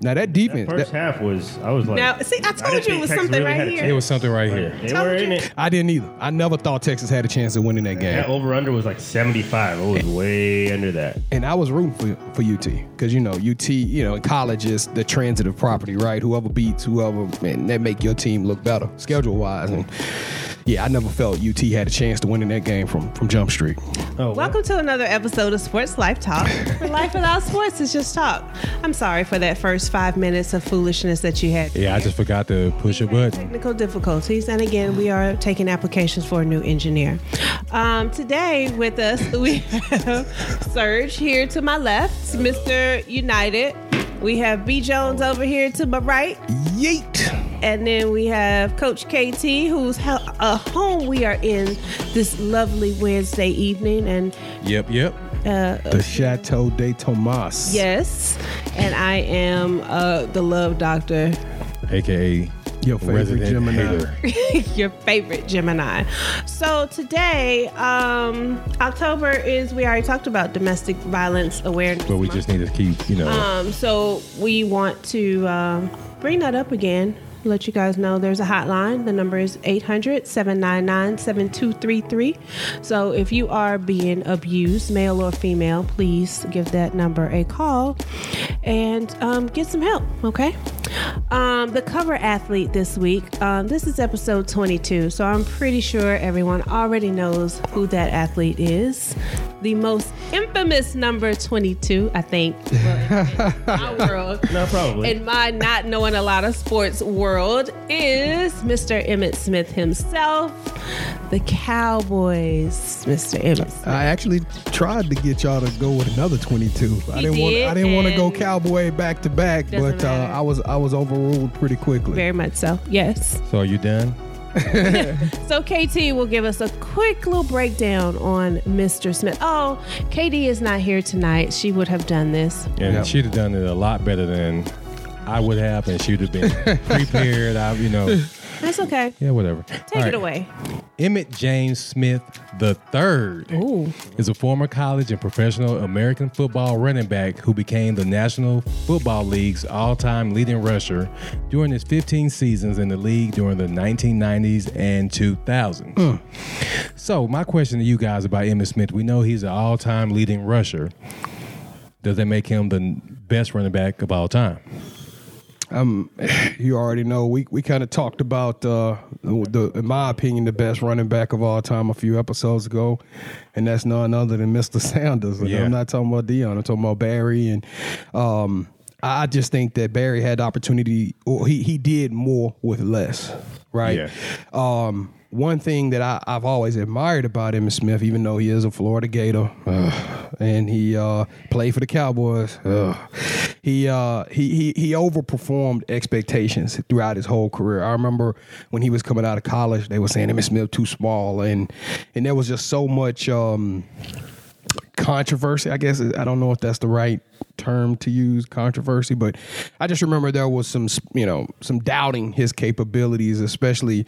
Now that defense, First that- half was I was like. Now, see, I didn't told you it think was Texas something right had a here. chance. It It was something right here. They Told were you. in it. I didn't either. I never thought Texas had a chance of winning that That game, over under was like 75. It was way under that. and I was rooting for for UT because you know UT, you know, in college is the transitive property, right? Whoever beats whoever, and that make your team look better schedule wise. And yeah, I never felt UT had a chance to win in that game from from Jump Street. Oh, well. Welcome to another episode of Sports Life Talk. Where Life without sports is just talk. I'm sorry for that first five minutes of foolishness that you had. Yeah, I just forgot to push a button. Technical difficulties, and again, we are taking applications for a new engineer. Um, today with us, we have Serge here to my left, Mr. United. We have B. Jones over here to my right. Yeet. And then we have Coach KT, who's ho- uh, home we are in this lovely Wednesday evening. And Yep, yep. The Chateau de Tomas. yes, and I am uh, the love doctor, AKA Your favorite resident Gemini. hater. your favorite Gemini. So today, um, October is, we already talked about domestic violence awareness. But we just need to keep, you know, Um, so we want to um, bring that up again. Let you guys know there's a hotline. The number is 800 799 7233. So if you are being abused, male or female, please give that number a call and um, get some help, okay? Um, the cover athlete this week, um, this is episode 22. So I'm pretty sure everyone already knows who that athlete is. The most infamous number 22, I think. Well, in our world, No, probably. in my not knowing a lot of sports world, is Mr. Emmett Smith himself, the Cowboys, Mr. Emmett Smith. I actually tried to get y'all to go with another 22. I You didn't want did, I didn't want to go and- cowboy back to back, Doesn't but uh, matter. I was I was overruled pretty quickly. Very much so, yes. so are you done? So KT will give us a quick little breakdown on Mr. Smith. Oh, KD is not here tonight. She would have done this. And Yep. she'd have done it a lot better than I would have, and she'd have been prepared. I, you know, That's okay. yeah, whatever. Take it away. Emmett James Smith III Ooh. is a former college and professional American football running back who became the National Football League's all time leading rusher during his 15 seasons in the league during the 1990s and 2000s. So, my question to you guys about Emmett Smith we know he's an all time leading rusher. Does that make him the best running back of all time? You already know we we kind of talked about uh, the in my opinion the best running back of all time a few episodes ago, and that's none other than Mr. Sanders. And Yeah. I'm not talking about Dion. I'm talking about Barry and. Um, I just think that Barry had the opportunity, or he, he did more with less, right? Yeah. Um, one thing that I, I've always admired about Emmitt Smith, even though he is a Florida Gator, uh, and he uh, played for the Cowboys, uh, he, uh, he he he overperformed expectations throughout his whole career. I remember when he was coming out of college, they were saying Emmitt Smith too small, and and there was just so much. Um, controversy. I guess I don't know if that's the right term to use, controversy, but I just remember there was some, you know, some doubting his capabilities, especially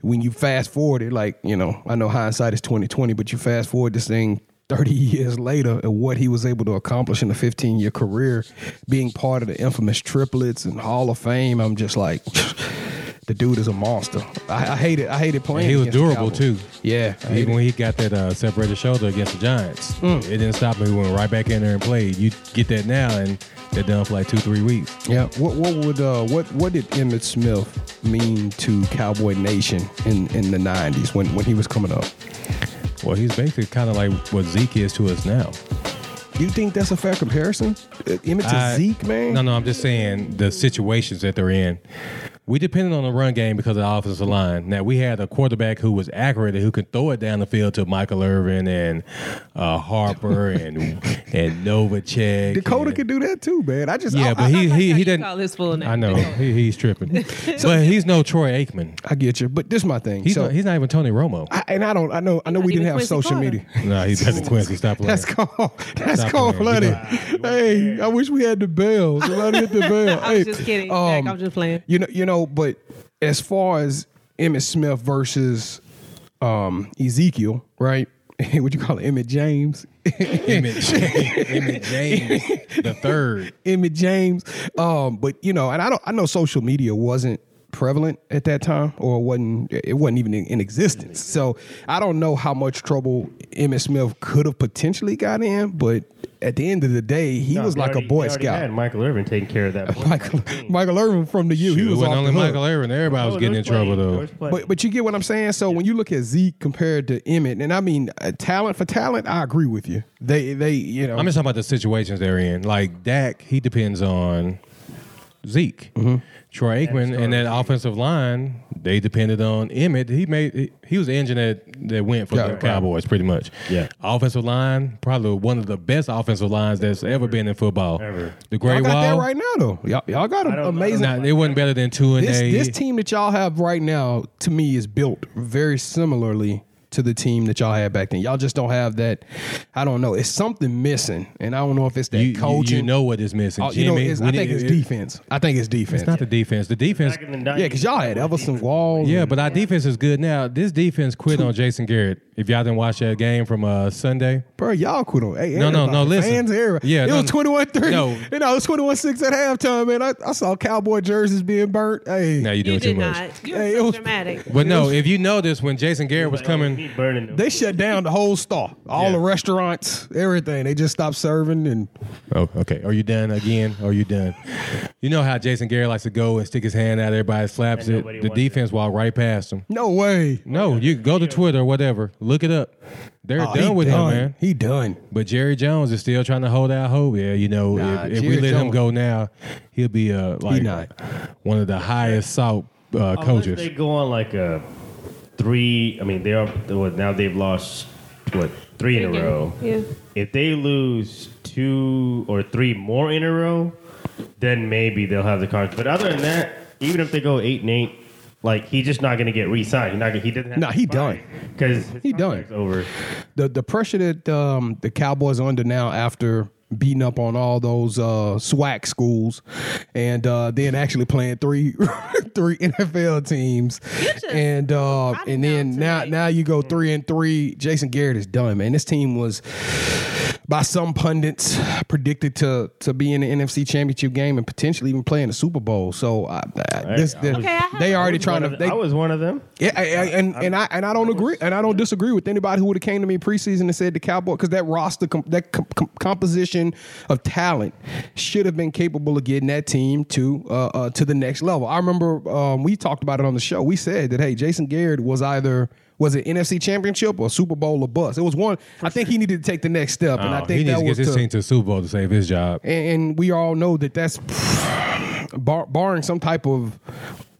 when you fast forward it. Like, you know, I know hindsight is twenty twenty, but you fast forward this thing. 30 years later and what he was able to accomplish in a 15 year career being part of the infamous triplets and hall of fame i'm just like the dude is a monster i, I hate it i hated playing he was against the durable, Cowboys. too. yeah I hated Even when he got that uh, separated shoulder against the Giants, Mm. it didn't stop him. He went right back in there and played. You get that now, and they're done for like two, three weeks. Yeah. What what would uh what what did Emmett Smith mean to Cowboy Nation in in the nineties when when he was coming up? Well, he's basically kind of like what Zeke is to us now. Do you think that's a fair comparison? Uh, Emmett to I- Zeke, man. No, no, I'm just saying the situations that they're in. We depended on the run game because of the offensive line. Now we had a quarterback who was accurate and who could throw it down the field to Michael Irvin and uh, Harper and and Novacek. Dakota and- could do that too, man. I just Yeah, I, but he he how he you didn't. call his full name, I know Dakota. he, he's tripping, but he's no Troy Aikman. I, I get you. But this is my thing. He's so not, he's not even Tony Romo. I, and I don't I know I know we even didn't have Quincy social Carter. media. no, he's better than Quincy. Stop playing. That's cold. That's Stop cold playing. blooded. You Hey, I wish we had the bell. Somebody hit the bell. I was Hey, just kidding. um, Jack, I'm just playing. You know, you know, but as far as Emmett Smith versus um, Ezekiel, right? what you call it, Emmett James. Emmett James, Emmett James the third. Emmett James. Um, but you know, and I don't I know social media wasn't prevalent at that time or wasn't it wasn't even in, in existence. So I don't know how much trouble Emmett Smith could have potentially got in, but at the end of the day, he No, was they like already- a boy they already Had scout. Michael Irvin taking care of that. boy. Michael Michael Irvin from the U. he Shoot, was it wasn't off only the hook. Michael Irvin. Everybody was Oh, getting in there plenty. trouble There though. was plenty. But but you get what I'm saying. So when you look at Zeke compared to Emmett, and I mean uh, talent for talent, I agree with you. They they you know I'm just talking about the situations they're in. Like Dak, he depends on Zeke. Mm-hmm. Troy Aikman and that offensive line, they depended on Emmett. He made he- he was the engine that, that went for Yeah. the Cowboys pretty much. Yeah. Offensive line, probably one of the best offensive lines that's ever been in football. Ever. The y'all Great got that Wall. right now though. Y'all, y'all got an don't- I don't amazing. Nah, it wasn't better than two and This a this team that y'all have right now, to me, is built very similarly to the team that y'all had back then. Y'all just don't have that. I don't know. It's something missing, and I don't know if it's that you, you, coaching. you know what is missing. Oh, you Jimmy, know, it's, We I think need- it's it- defense. I think it's defense. It's not the defense. The defense Back in the yeah, because y'all had Everson Wall. Yeah, but our defense is good now. This defense quit on Jason Garrett. If y'all didn't watch that game from uh, Sunday, bro, y'all quit on. Hey, No, no, no, everybody. listen. Fans, everybody. Yeah, it no, was no. twenty one three. No. you know, it was twenty one six at halftime. Man, I, I saw cowboy jerseys being burnt. Hey, now you're doing You too did much. not. You're Hey, it so was- dramatic. But no, if you notice when Jason Garrett was Like, coming, me burning them. they shut down the whole store, all Yeah. the restaurants, everything. They just stopped serving and. oh, okay, are you done again? Are you done? You know how Jason Garrett likes to go and stick his hand out, everybody slaps And it. nobody The wants it. defense walked right past him. No way. No, you go to Twitter or whatever, look it up. They're Oh, done with him, man. He done. But Jerry Jones is still trying to hold out hope. Yeah, you know, Nah, if, if we Jerry let him Jones- go now, he'll be uh, like not. one of the highest salt uh, Unless coaches. They go on like a three. I mean, they are well, now they've lost what three in a Yeah. row. Yeah. If they lose two or three more in a row, then maybe they'll have the contract. But other than that, even if they go eight and eight, like he's just not going to get re-signed. He's not. Gonna, he doesn't. Have Nah, he done. because He done. Over. The the pressure that um, the Cowboys are under now after beating up on all those uh, SWAC schools, and uh, then actually playing three three NFL teams, just- and uh, I'm and then down now tonight. now you go three and three. Jason Garrett is done, man. This team was. By some pundits, predicted to to be in the NFC Championship game and potentially even play in the Super Bowl. So I, I, this, Okay, the- I have- they already I was trying one to. of the- They, I was one of them. Yeah, I, I, and and I and I don't agree, and I don't disagree with anybody who would have came to me preseason and said the Cowboy because that roster, com- that com- com- composition of talent should have been capable of getting that team to uh, uh, to the next level. I remember um, we talked about it on the show. We said that hey, Jason Garrett was either was it NFC Championship or Super Bowl or bust. It was one. I think he needed to take the next step, and I Oh, he think needs that to get was his to- team to the Super Bowl to save his job. and, and we all know that that's bar, barring some type of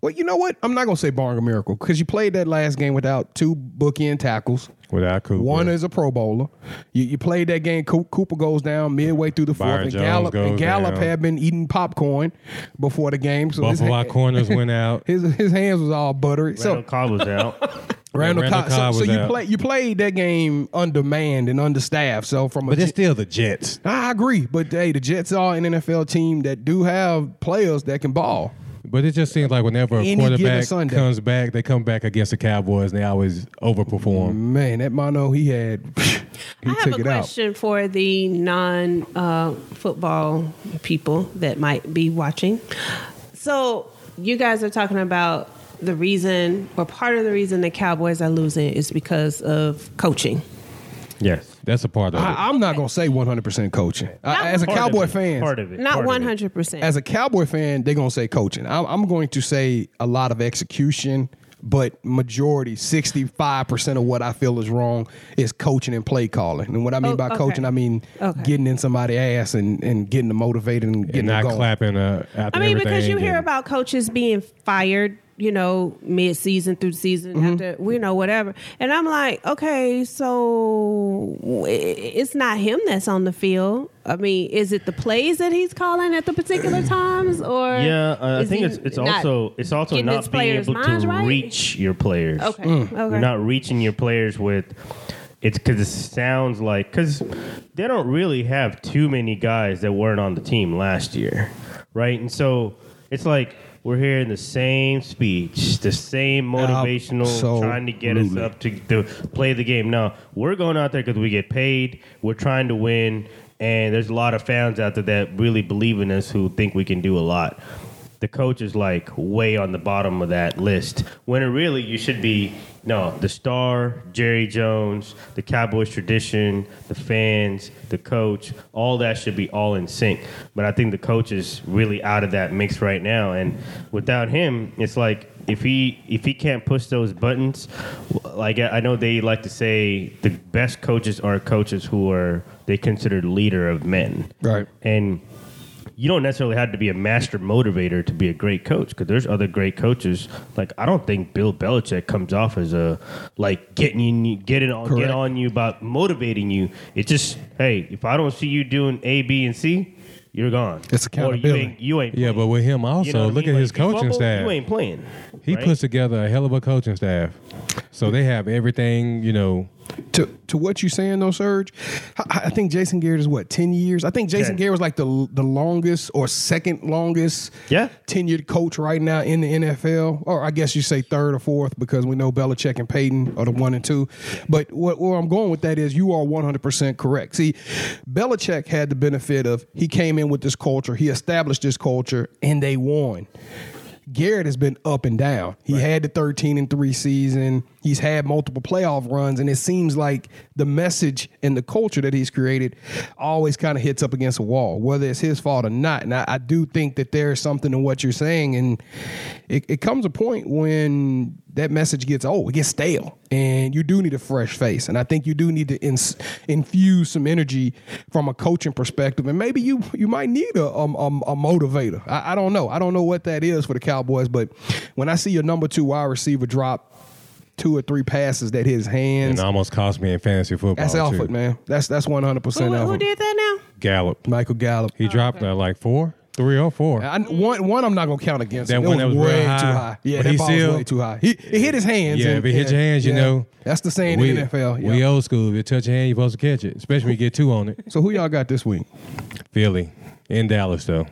well, you know what? I'm not gonna say barring a miracle because you played that last game without two bookend tackles. Without Cooper. One is a Pro Bowler. You, you played that game. Coop- Cooper goes down midway through the fourth, Byron and Jones Gallup and goes Gallup down. had been eating popcorn before the game, so his, Both of our ha- corners went out. his his hands was all buttery. So So Cobb was out. Randall, Randall Cobb. Cobb so, was so you out. play you played that game undermanned and understaffed. So from a But ge- it's still the Jets. I agree, but hey, the Jets are an NFL team that do have players that can ball. But it just seems like whenever Any a given quarterback Sunday. comes back, they come back against the Cowboys and they always overperform. Man, that mono he had, he I have took a it out. question for the non uh, football people that might be watching. So, you guys are talking about the reason, or part of the reason the Cowboys are losing is because of coaching. yes. That's a part of it. I, I'm not gonna say 100 percent coaching. I, as a Part of Cowboy it. Part fan, of it. Not Part of it. 100%. as a Cowboy fan, they're gonna say coaching. I'm, I'm going to say a lot of execution, but majority 65 percent of what I feel is wrong is coaching and play calling. And what I mean Oh, by okay. coaching, I mean Okay. getting in somebody's ass and, and getting them motivated and getting and them not going. clapping uh, after I mean, everything. because you hear and- about coaches being fired, you know, mid season through season, Mm-hmm. after, you know, whatever. And I'm like, okay, so i- it's not him that's on the field. I mean, is it the plays that he's calling at the particular times, or Yeah, uh, I is think he it's it's not also it's also getting his not being players' able minds to right? reach your players. Okay, okay. You're not reaching your players with it's because it sounds like because they don't really have too many guys that weren't on the team last year, right? And so It's like we're hearing the same speech, the same motivational, trying to get us Absolutely. up to, to play the game. No, we're going out there because we get paid. We're trying to win, and there's a lot of fans out there that really believe in us who think we can do a lot. The coach is like way on the bottom of that list. When it really you should be no the star Jerry Jones, the Cowboys tradition, the fans, the coach, all that should be all in sync. But I think the coach is really out of that mix right now, and without him, it's like if he if he can't push those buttons, like I know they like to say the best coaches are coaches who are they consider leader of men, Right. and you don't necessarily have to be a master motivator to be a great coach because there's other great coaches. Like I don't think Bill Belichick comes off as a like getting you getting on Correct. get on you about motivating you. It's just hey, if I don't see you doing A, B, and C, you're gone. It's Or you accountability. ain't you ain't Yeah, playing. but with him also, You know what I look mean? at Like, his if you coaching fumble, staff. You ain't playing. He right? puts together a hell of a coaching staff. So they have everything, you know. to to what you're saying though, Serge, I, I think Jason Garrett is what ten years. I think Jason Ten. Garrett was like the the longest or second longest Yeah. tenured coach right now in the NFL, or I guess you say third or fourth because we know Belichick and Peyton are the one and two. But what, where I'm going with that is you are 100 percent correct. See, Belichick had the benefit of he came in with this culture, he established this culture, and they won. Garrett has been up and down. He had the 13 and 3 season. He's had multiple playoff runs and it seems like the message and the culture that he's created always kind of hits up against a wall, whether it's his fault or not. And I, I do think that there is something in what you're saying and it, it comes a point when that message gets old, it gets stale, and you do need a fresh face. And I think you do need to ins- infuse some energy from a coaching perspective, and maybe you you might need a um, um, a motivator. I, I don't know. I don't know what that is for the Cowboys, but when I see your number two wide receiver drop two or three passes that his hands, And almost cost me in fantasy football. that's too. Alfred, man. That's that's one hundred Who, percent who Alfred. did that now? Gallup. Michael Gallup. He dropped uh, like four, three or four. I, one, one, I'm not gonna count against. That him. It one that was real way high, too high. Yeah, but that he ball still- was way too high. He it hit his hands. Yeah, and- if it hit your hands, you know. that's the saying in the NFL. we yeah. old school. If it touch your hand, you're supposed to catch it, especially when you get two on it. So who y'all got this week? Philly in Dallas, though.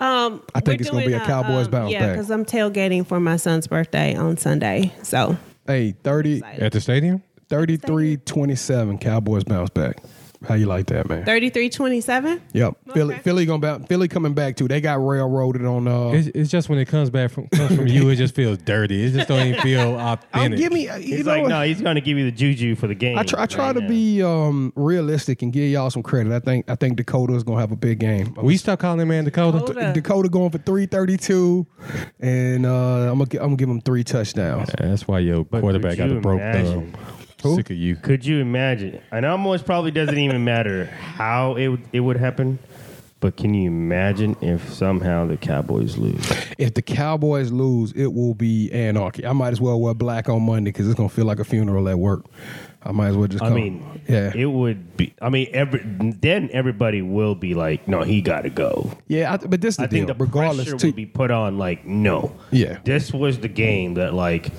Um, I think we're it's gonna be doing um, a Cowboys bounce Yeah, uh, back. because I'm tailgating for my son's birthday on Sunday. So Hey, 30, At the stadium? 33 27 Cowboys bounce back. How you like that, man? 33-27. Yep. Philly, Okay. Philly going back. Philly coming back too. They got railroaded on. Uh, It's, it's just when it comes back from comes from you, it just feels dirty. It just don't even feel I'll authentic. Oh, give me. uh, You He's know, like, what? no, he's going to give you the juju for the game. I try. I try right to now. be um, realistic and give y'all some credit. I think. I think Dakota is gonna have a big game. we stop calling that man Dakota. Dakota. Dakota going for three thirty two, and uh, I'm gonna gi- I'm gonna give him three touchdowns. That's why your quarterback could got you the broke imagine? thumb. Sick of you. Could you imagine? And almost probably doesn't even matter how it would- it would happen. But can you imagine if somehow the Cowboys lose? If the Cowboys lose, it will be anarchy. I might as well wear black on Monday because it's gonna feel like a funeral at work. I might as well just. I come. mean, Oh, yeah, it would be. I mean, every then everybody will be like, "No, he got to go." yeah. I, th- but this is the I deal. think the Regardless, pressure to, would be put on like, "No, Yeah. this was the game that like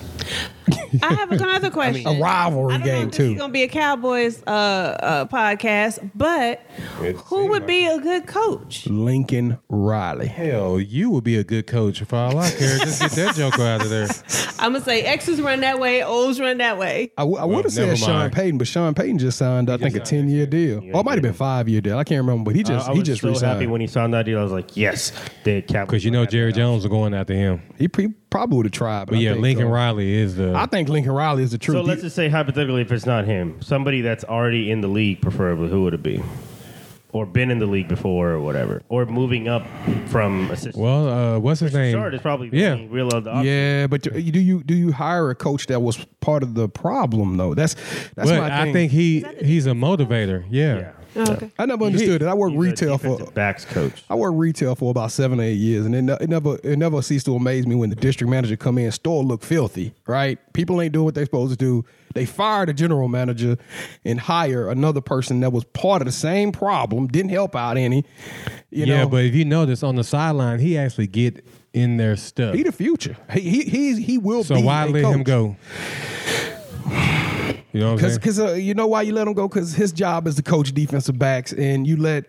I have another question. a rivalry I don't know game if this too. is gonna be a Cowboys uh, uh, podcast, but who would be a good coach? Lincoln Riley. Hell, you would be a good coach for all I care. Just get that joker out of there. I'm gonna say X's run that way, O's run that way. I, w- I would have never said Sean mind. Payton, but Sean Payton just signed, I think, a ten year deal. Or it might have been five year deal. I can't remember, but he just I, I he was just so resigned. happy when he signed that deal. I was like, "Yes, the Cowboys." Because you know Jerry Jones is going after him. he, pre- probably would have tried. But, But I yeah, think, Lincoln uh, Riley is the. I think Lincoln Riley is the truth. So let's just say hypothetically, if it's not him, somebody that's already in the league, preferably, who would it be? Or been in the league before, or whatever, or moving up from assistant. well, uh, what's his name? Richard is probably yeah. the real of the option. yeah, but do you do you, do you hire a coach that was part of the problem though? That's that's but my I thing. think he he's a motivator. Yeah. yeah. Okay. I never understood it. I worked He's a retail for defensive backs coach. I worked retail for about seven or eight years, and it, ne- it never it never ceased to amaze me when the district manager come in, store look filthy, right? People ain't doing what they supposed to do. They fire the general manager and hire another person that was part of the same problem, didn't help out any. You yeah, know, but if you notice on the sideline, he actually get in their stuff. he the future. He he he's, he will. So be why a let him coach. go? You know what I'm Because saying? because uh, you know why you let him go? Because his job is to coach defensive backs, and you let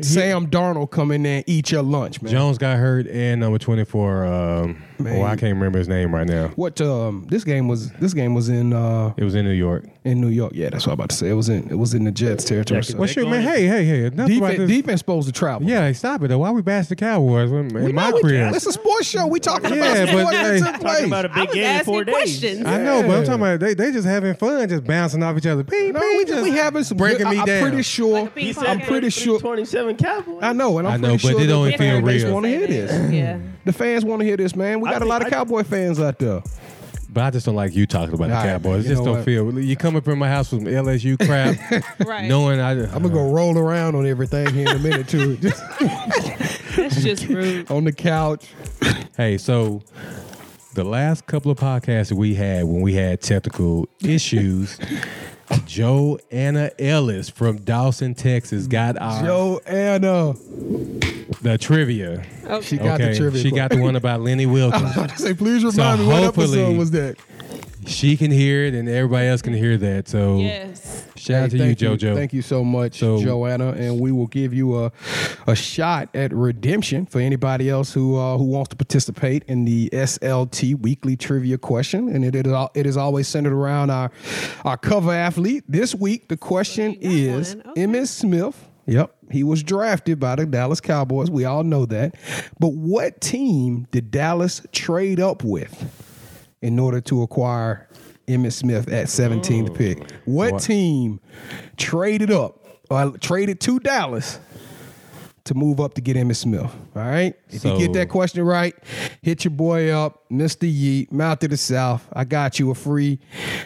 Sam Darnold come in there and eat your lunch, man. Jones got hurt, and number twenty four. Um, Man. oh, I can't remember his name right now. What um this game was this game was in uh It was in New York. in New York. Yeah, that's what I'm about to say. It was in it was in the Jets territory. Yeah, 'cause so Well, They shoot, going- man. Hey, hey, hey. enough about defense, this. defense supposed to travel. Yeah, hey, stop it though. Why we bash the Cowboys in in my No, we- career? It's a sports show. We talking Yeah, about but sports they- that took place. Talking about a I big was game in four asking days. questions. I know, but I'm Yeah. talking about they they just having fun, just bouncing off each other. Ping, no, ping, we, just we having some. breaking good- me I, down. I'm pretty sure. Like a ping pong I'm game. pretty sure. Twenty-seven Cowboys. I know, and I'm I know, pretty but sure it don't the feel fan base real. want to hear this. Yeah. The fans want to hear this, man. We I got a think- lot of I- Cowboy fans out there. But I just don't like you talking about All the right, Cowboys. It you just know don't what? feel. You come up in my house with some LSU crap, Right. knowing I. I'm I'm gonna go roll around on everything here in a minute too, just That's just rude. on the couch. Hey, so the last couple of podcasts that we had when we had technical issues, Joanna Ellis from Dawson, Texas, got our Yo, uh, Anna, the trivia. she got Okay, the trivia. Oh, she got the one about Lenny Wilkins. I say, please remind me what episode hopefully- was that? she can hear it, and everybody else can hear that. So Yes. shout out to Hey, you, thank JoJo. Thank you so much, So- Joanna, and we will give you a a shot at redemption for anybody else who uh, who wants to participate in the SLT weekly trivia question. And it is al- it is always centered around our our cover athlete. This week, the question Well, you got is: one. Okay. Emmitt Smith. Yep, he was drafted by the Dallas Cowboys. We all know that. But what team did Dallas trade up with? in order to acquire Emmett Smith at 17th pick. What team traded up or traded to Dallas to move up to get Emmett Smith? All right. If So- you get that question right, hit your boy up, Mr. Yeet, Mouth to the South. I got you a free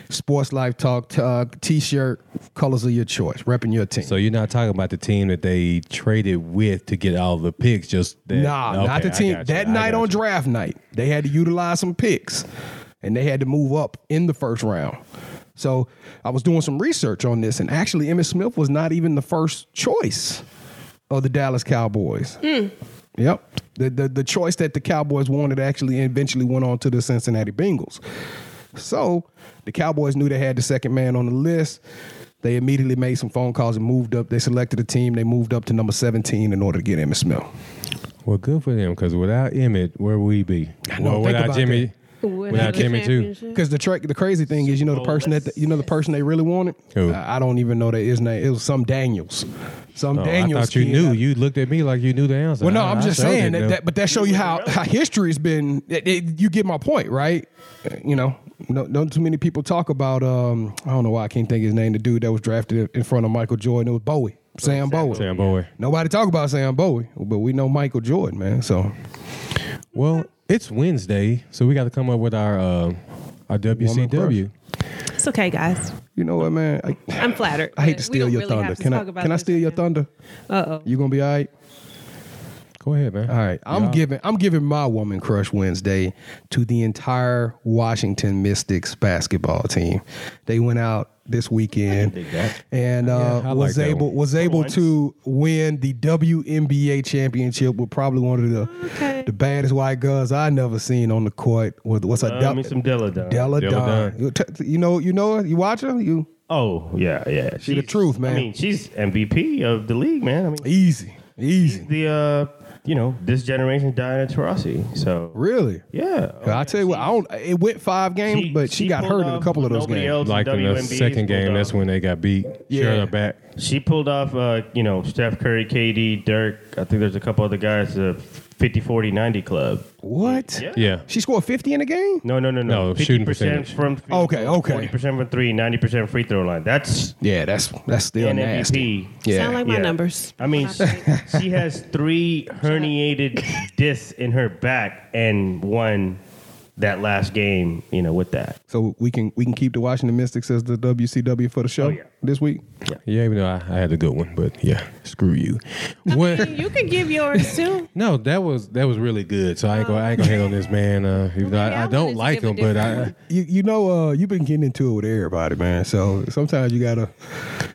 Sports Life Talk t- uh, t-shirt, colors of your choice, repping your team. So you're not talking about the team that they traded with to get all the picks, just that. Nah, not Okay, the I team. got you, That I night got on you. draft night, they had to utilize some picks and they had to move up in the first round. So I was doing some research on this, and actually, Emmitt Smith was not even the first choice of the Dallas Cowboys. Yep. The, the the choice that the Cowboys wanted actually eventually went on to the Cincinnati Bengals. So the Cowboys knew they had the second man on the list. They immediately made some phone calls and moved up. They selected a team. They moved up to number 17 in order to get Emmitt Smith. Well, good for them because without Emmett, where would we be? know, well, think without about Jimmy, that. without, Without the Jimmy too. championship. Because Mm-hmm. the tra- the crazy thing is, you know, the person that you know the person they really wanted. Who? Uh, I don't even know that his name. It was some Daniels, some Oh, I Daniels. thought you kid. knew. You looked at me like you knew the answer. Well, no, I- I'm I just showed saying it, that, though. that. But that show you how how history's been. It, it, you get my point, right? Uh, You know, no, not too many people talk about. Um, I don't know why I can't think of his name. The dude that was drafted in front of Michael Jordan. It was Bowie, Sam Bowie. Sam Bowie. Nobody talk about Sam Bowie, but we know Michael Jordan, man. So Well, it's Wednesday, so we got to come up with our uh, our WCW. It's okay, guys. you know what, man. I, I'm flattered. I hate to but we steal don't your really thunder. have to Can I talk about can I this steal your again. thunder? Uh-oh. You gonna be all right? Go ahead, man. All right, I'm Y'all- giving I'm giving my woman crush Wednesday to the entire Washington Mystics basketball team. They went out this weekend dig that. and uh, Yeah, I like was that able one. was able once. to win the WNBA championship with probably one of the Okay. the baddest white girls I never seen on the court. With what's her Love Del- Uh, me some Della Don. Della Della Don. Don. You t- You know you know her? You watch her? You Oh yeah, yeah. She's the truth, man. I mean, she's MVP of the league, man. I mean, easy easy. the uh, you know this generation's Diana Taurasi. So Really? yeah, I tell you what, I don't. It went five games, but she, got pulled hurt in a off couple of what those nobody games. else Like in the WNBA 's second pulled game, off. that's when they got beat. Yeah. Showed her back. She pulled off, uh, you know, Steph Curry, KD, Dirk. I think there's a couple other guys, the 50, 40, 90 club. What? Yeah. Yeah. She scored 50 in a game? No, no, no, no. No, shooting percentage. from field Okay, goal, okay. 40% from three, 90% free throw line. That's Yeah, that's that's still an nasty. MVP. Yeah. Sound like my Yeah. numbers. I mean, she, she has three herniated discs in her back and won that last game, you know, with that. so we can we can keep the Washington Mystics as the WCW for the show Oh, yeah. this week. Yeah, even though I, I had a good one, but yeah, screw you. What? you can give yours too. No, that was that was really good. So I ain't gonna I ain't gonna hate on this man. Uh, even though Okay, I, I I don't wanted to like give a him, but I different You you know uh you've been getting into it with everybody, man. So sometimes you gotta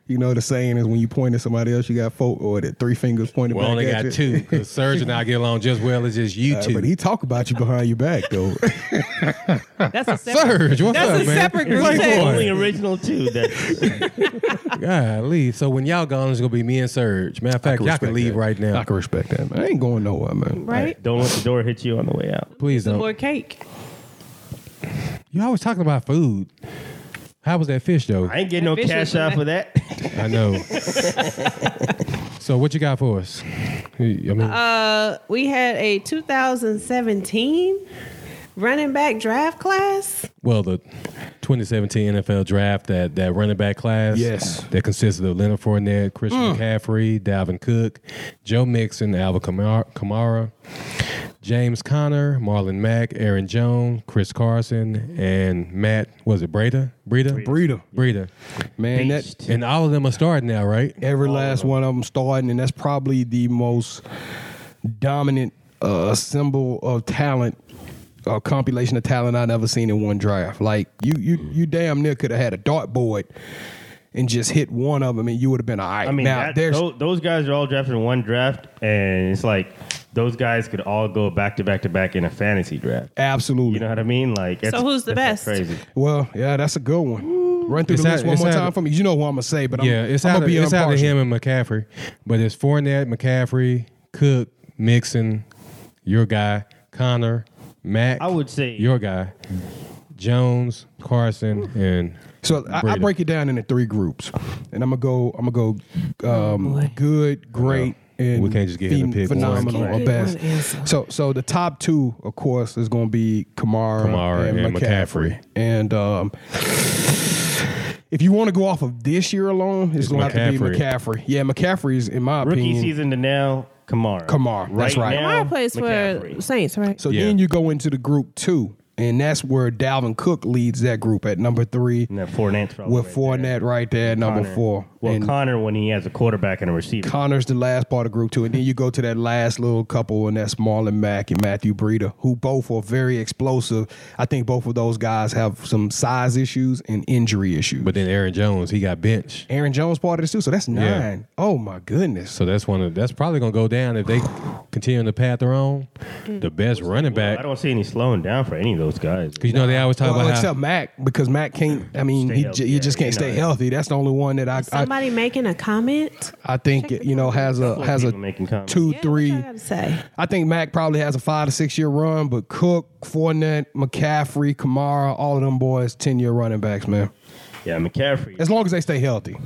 you know the saying is when you point at somebody else, you got four or the three fingers pointed we back only at got you. two. Because Serge and I get along just well as just you Uh, two. but he talk about you behind your back though. That's a separate. Serge, what's That's up, a man? separate group Playboy. text. Only original two that Golly. So when y'all gone, it's gonna be me and Serge. Matter of fact, y'all can respect leave that. right now. I can respect that, man. I ain't going nowhere, man. right? Don't let the door hit you on the way out. Please Some don't. more cake. You always talking about food. How was that fish though? I ain't getting no Vicious, cash out man. for that. I know. so what you got for us? I mean, Uh, we had a 2017 running back draft class. well, the 2017 NFL draft that that running back class, Yes. that consisted of Leonard Fournette, Christian McCaffrey, Dalvin Cook, Joe Mixon, Alvin Kamara, Kamara, James Conner, Marlon Mack, Aaron Jones, Chris Carson, and Matt. Was it Breda? Breda. Breeder, Breda. man. Beast. That And all of them are starting now, right? every last one of them starting, and that's probably the most dominant uh, symbol of talent, uh, compilation of talent I've ever seen in one draft. Like you, you, Mm. you damn near could have had a dartboard and just hit one of them, and you would have been all right. I mean, now that, there's those, those guys are all drafted in one draft, and it's like those guys could all go back to back to back in a fantasy draft. absolutely You know what I mean? Like, that's- who's the that's best? Crazy. well, yeah, that's a good one. Run through It's the out- list one it's more out- time for me. You know who I'm gonna say, but I'm, Yeah, it's I'm out, gonna of, be it's out of impartial. him and McCaffrey, but it's Fournette, McCaffrey, Cook, Mixon, your guy, Connor, Mack. I would say- your guy, Jones, Carson, and So I, I Breda. break it down into three groups, and I'm gonna go. I'm gonna go. Um, Oh, boy. good, great, and We can't just get him to phen- pick one. phenomenal Can't or pick best. one answer. So, so the top two, of course, is gonna be Kamara, Kamara and, and McCaffrey. McCaffrey. And um, if you want to go off of this year alone, it's, gonna have to be McCaffrey. McCaffrey. Yeah, McCaffrey is, in my Rookie opinion, season to now, Kamara. Kamara, Right that's right. now, Mara plays for McCaffrey. Saints, right? So Yeah. then you go into the group two, and that's where Dalvin Cook leads that group at number three, And that Fournette's probably with right there. Fournette right there at number Connor. four. Well, And- Connor when he has a quarterback and a receiver. Connor's the last part of group two, and then you go to that last little couple, and that's Marlon Mack and Matthew Breida, who both are very explosive. I think both of those guys have some size issues and injury issues. but then Aaron Jones, he got benched. Aaron Jones part of this too, so that's Yeah. nine. Oh my goodness! So that's one of that's probably gonna go down if they continue on the path they're on. The best running Mm. Well, back, I because don't see any slowing down for any of those guys. you know they always talk Well, about how except Mack because Mack can't. I mean, Stay he, healthy, j- you yeah, just can't you know stay that. healthy. That's the only one that I I, Somebody making a comment? I think Check the you know has a Couple of has a people making comments. two Yeah, what three. y'all gotta say. I think Mac probably has a five to six year run, but Cook, Fournette, McCaffrey, Kamara, all of them boys, ten year running backs, man. Yeah, McCaffrey. As long as they stay healthy.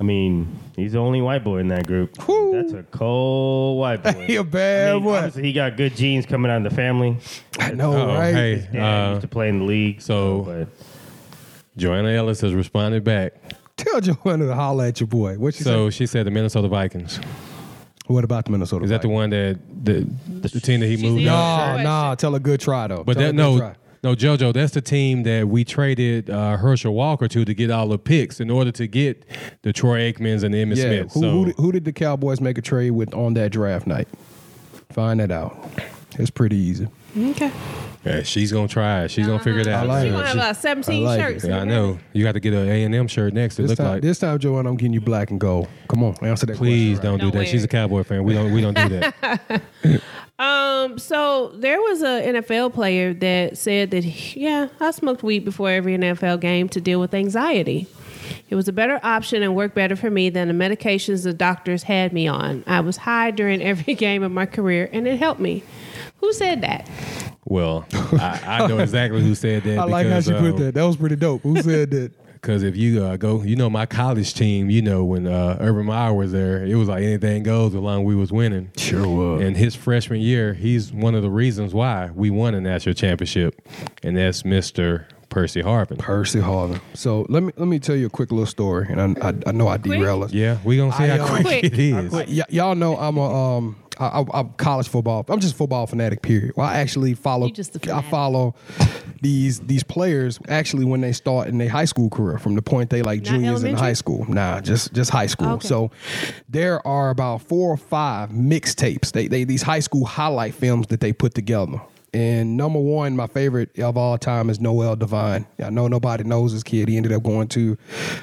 I mean, he's the only white boy in that group. Whew. That's a cold white boy. He a bad I mean, boy. obviously, he got good genes coming out of the family. I know, Oh, right? hey, Dad uh, used to play in the league. so- Joanna Ellis has responded back. Tell Joanna to holler at your boy. What you So she said the Minnesota Vikings. say? What about the Minnesota? Is that the Vikings? one that the the team that he moved? the- No, on? Sure. no. Tell a good try though. But Tell a that good no, try. no, JoJo, that's the team that we traded uh, Herschel Walker to to get all the picks in order to get the Troy Aikmans and the Emmitt Yeah. Smith. who, so who, did, who did the Cowboys make a trade with on that draft night? Find that out. It's pretty easy. Okay. Uh, Yeah, she's gonna try. it. She's gonna figure it out. like She it. gonna have about I 17 like it. shirts. Yeah, I know. You got to get an A and M shirt next. It This look time, like. this time, Joanna, I'm getting you black and gold. Come on, answer that. Please question. don't, Don't do that. wear She's a it. cowboy fan. We don't. We don't do that. Um, so there was a NFL player that said that yeah, I smoked weed before every NFL game to deal with anxiety. It was a better option and worked better for me than the medications the doctors had me on. I was high during every game of my career and it helped me. Who said that? Well, I, I know exactly who said that. I like how because, she put um, that. That was pretty dope. Who said that? Because if you uh, go, you know, my college team, you know, when uh, Urban Meyer was there, it was like anything goes as long as we was winning. Sure was. And his freshman year, he's one of the reasons why we won a national championship, and that's Mr. Percy Harvin. Percy Harvin. So let me let me tell you a quick little story, and I I, I know I derail us. yeah, we gonna see I, how uh, quick, Quick. it is. But y- y'all know I'm a um I, I, I'm college football. I'm just a football fanatic. Period. Well, I actually follow. You just a I fanatic. follow these these players actually when they start in their high school career from the point they like Not juniors in elementary? high school. Nah, just just high school. Okay. So there are about four or five mixtapes. They they these high school highlight films that they put together. And number one, my favorite of all time is Noel Devine. I know nobody knows this kid. He ended up going to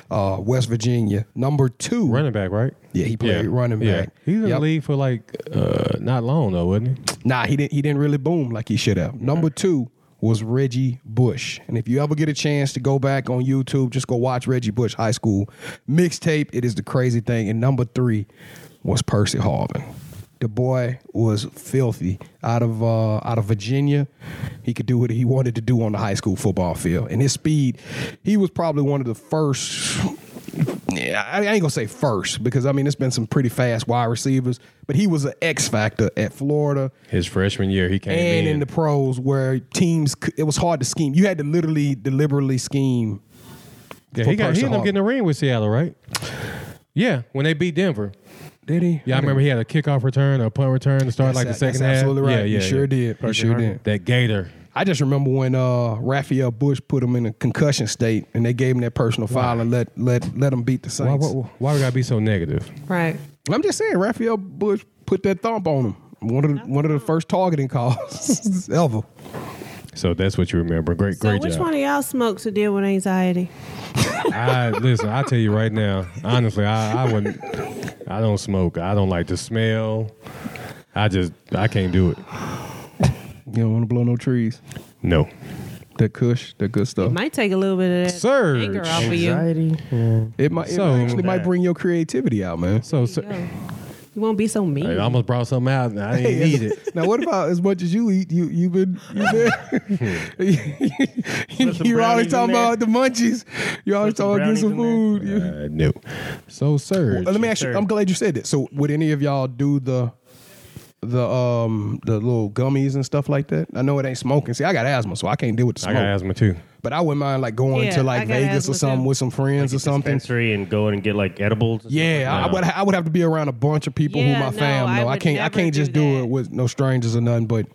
uh, West Virginia. Number two, Running back, right? Yeah, he played running back. He's in the Yep. league for like uh, not long though, wasn't he? Nah, he didn't. He didn't really boom like he should have. Number two was Reggie Bush. And if you ever get a chance to go back on YouTube, just go watch Reggie Bush High School mixtape. It is the crazy thing. And number three was Percy Harvin. The boy was filthy out of uh, out of Virginia. He could do what he wanted to do on the high school football field, and his speed. He was probably one of the first yeah, I I ain't gonna say first because I mean it's been some pretty fast wide receivers, but he was an X factor at Florida His freshman year, he came and in. in the pros where teams c- it was hard to scheme. You had to literally deliberately scheme. yeah, for he, got, he Percy ended up Harvin. getting a ring with Seattle, right? Yeah, when they beat Denver. Did he? Yeah, I remember he had a kickoff return or a punt return to That's start like the a- second that's half. absolutely right. Yeah, He yeah, sure yeah. did. He sure did. That Gator. I just remember when uh, Raphael Bush put him in a concussion state and they gave him that personal foul and let let let him beat the Why, Saints. why, why we gotta be so negative? Right. I'm just saying Raphael Bush put that thump on him. One of the, one of the first targeting calls ever. So that's what you remember. Great, So great which job. one of y'all smokes to deal with anxiety? I listen. I tell you right now, honestly, I, I wouldn't. I don't smoke. I don't like the smell. I just I can't do it. You don't want to blow no trees. No, That Kush, that good stuff. Might take a little bit of that surge. anger off of you. Anxiety. Yeah. It might it So- actually might bring your creativity out, man. So, sur- Yo, you won't be so mean. I almost brought something out. And I didn't need it. Now, what about as much as you eat? You you've been you've been some you're always brownies talking in there. about the munchies. You're always Put some talking about getting some food. brownies in You- Uh, no. So surge. Uh, Let me ask you. Sure. I'm glad you said that. So, would any of y'all do the the um the little gummies and stuff like that? I know it ain't smoking. See, I got asthma, so I can't deal with the I smoke. got asthma too. But I wouldn't mind like going Yeah, to I like got Vegas asthma, or something too. with some friends or something. Dispensary and go in and get like edibles. and Yeah, stuff I like would. I would have to be around a bunch of people Yeah, who my no, fam I know. I, would can't. I never can't just do do that. it with no strangers or none. But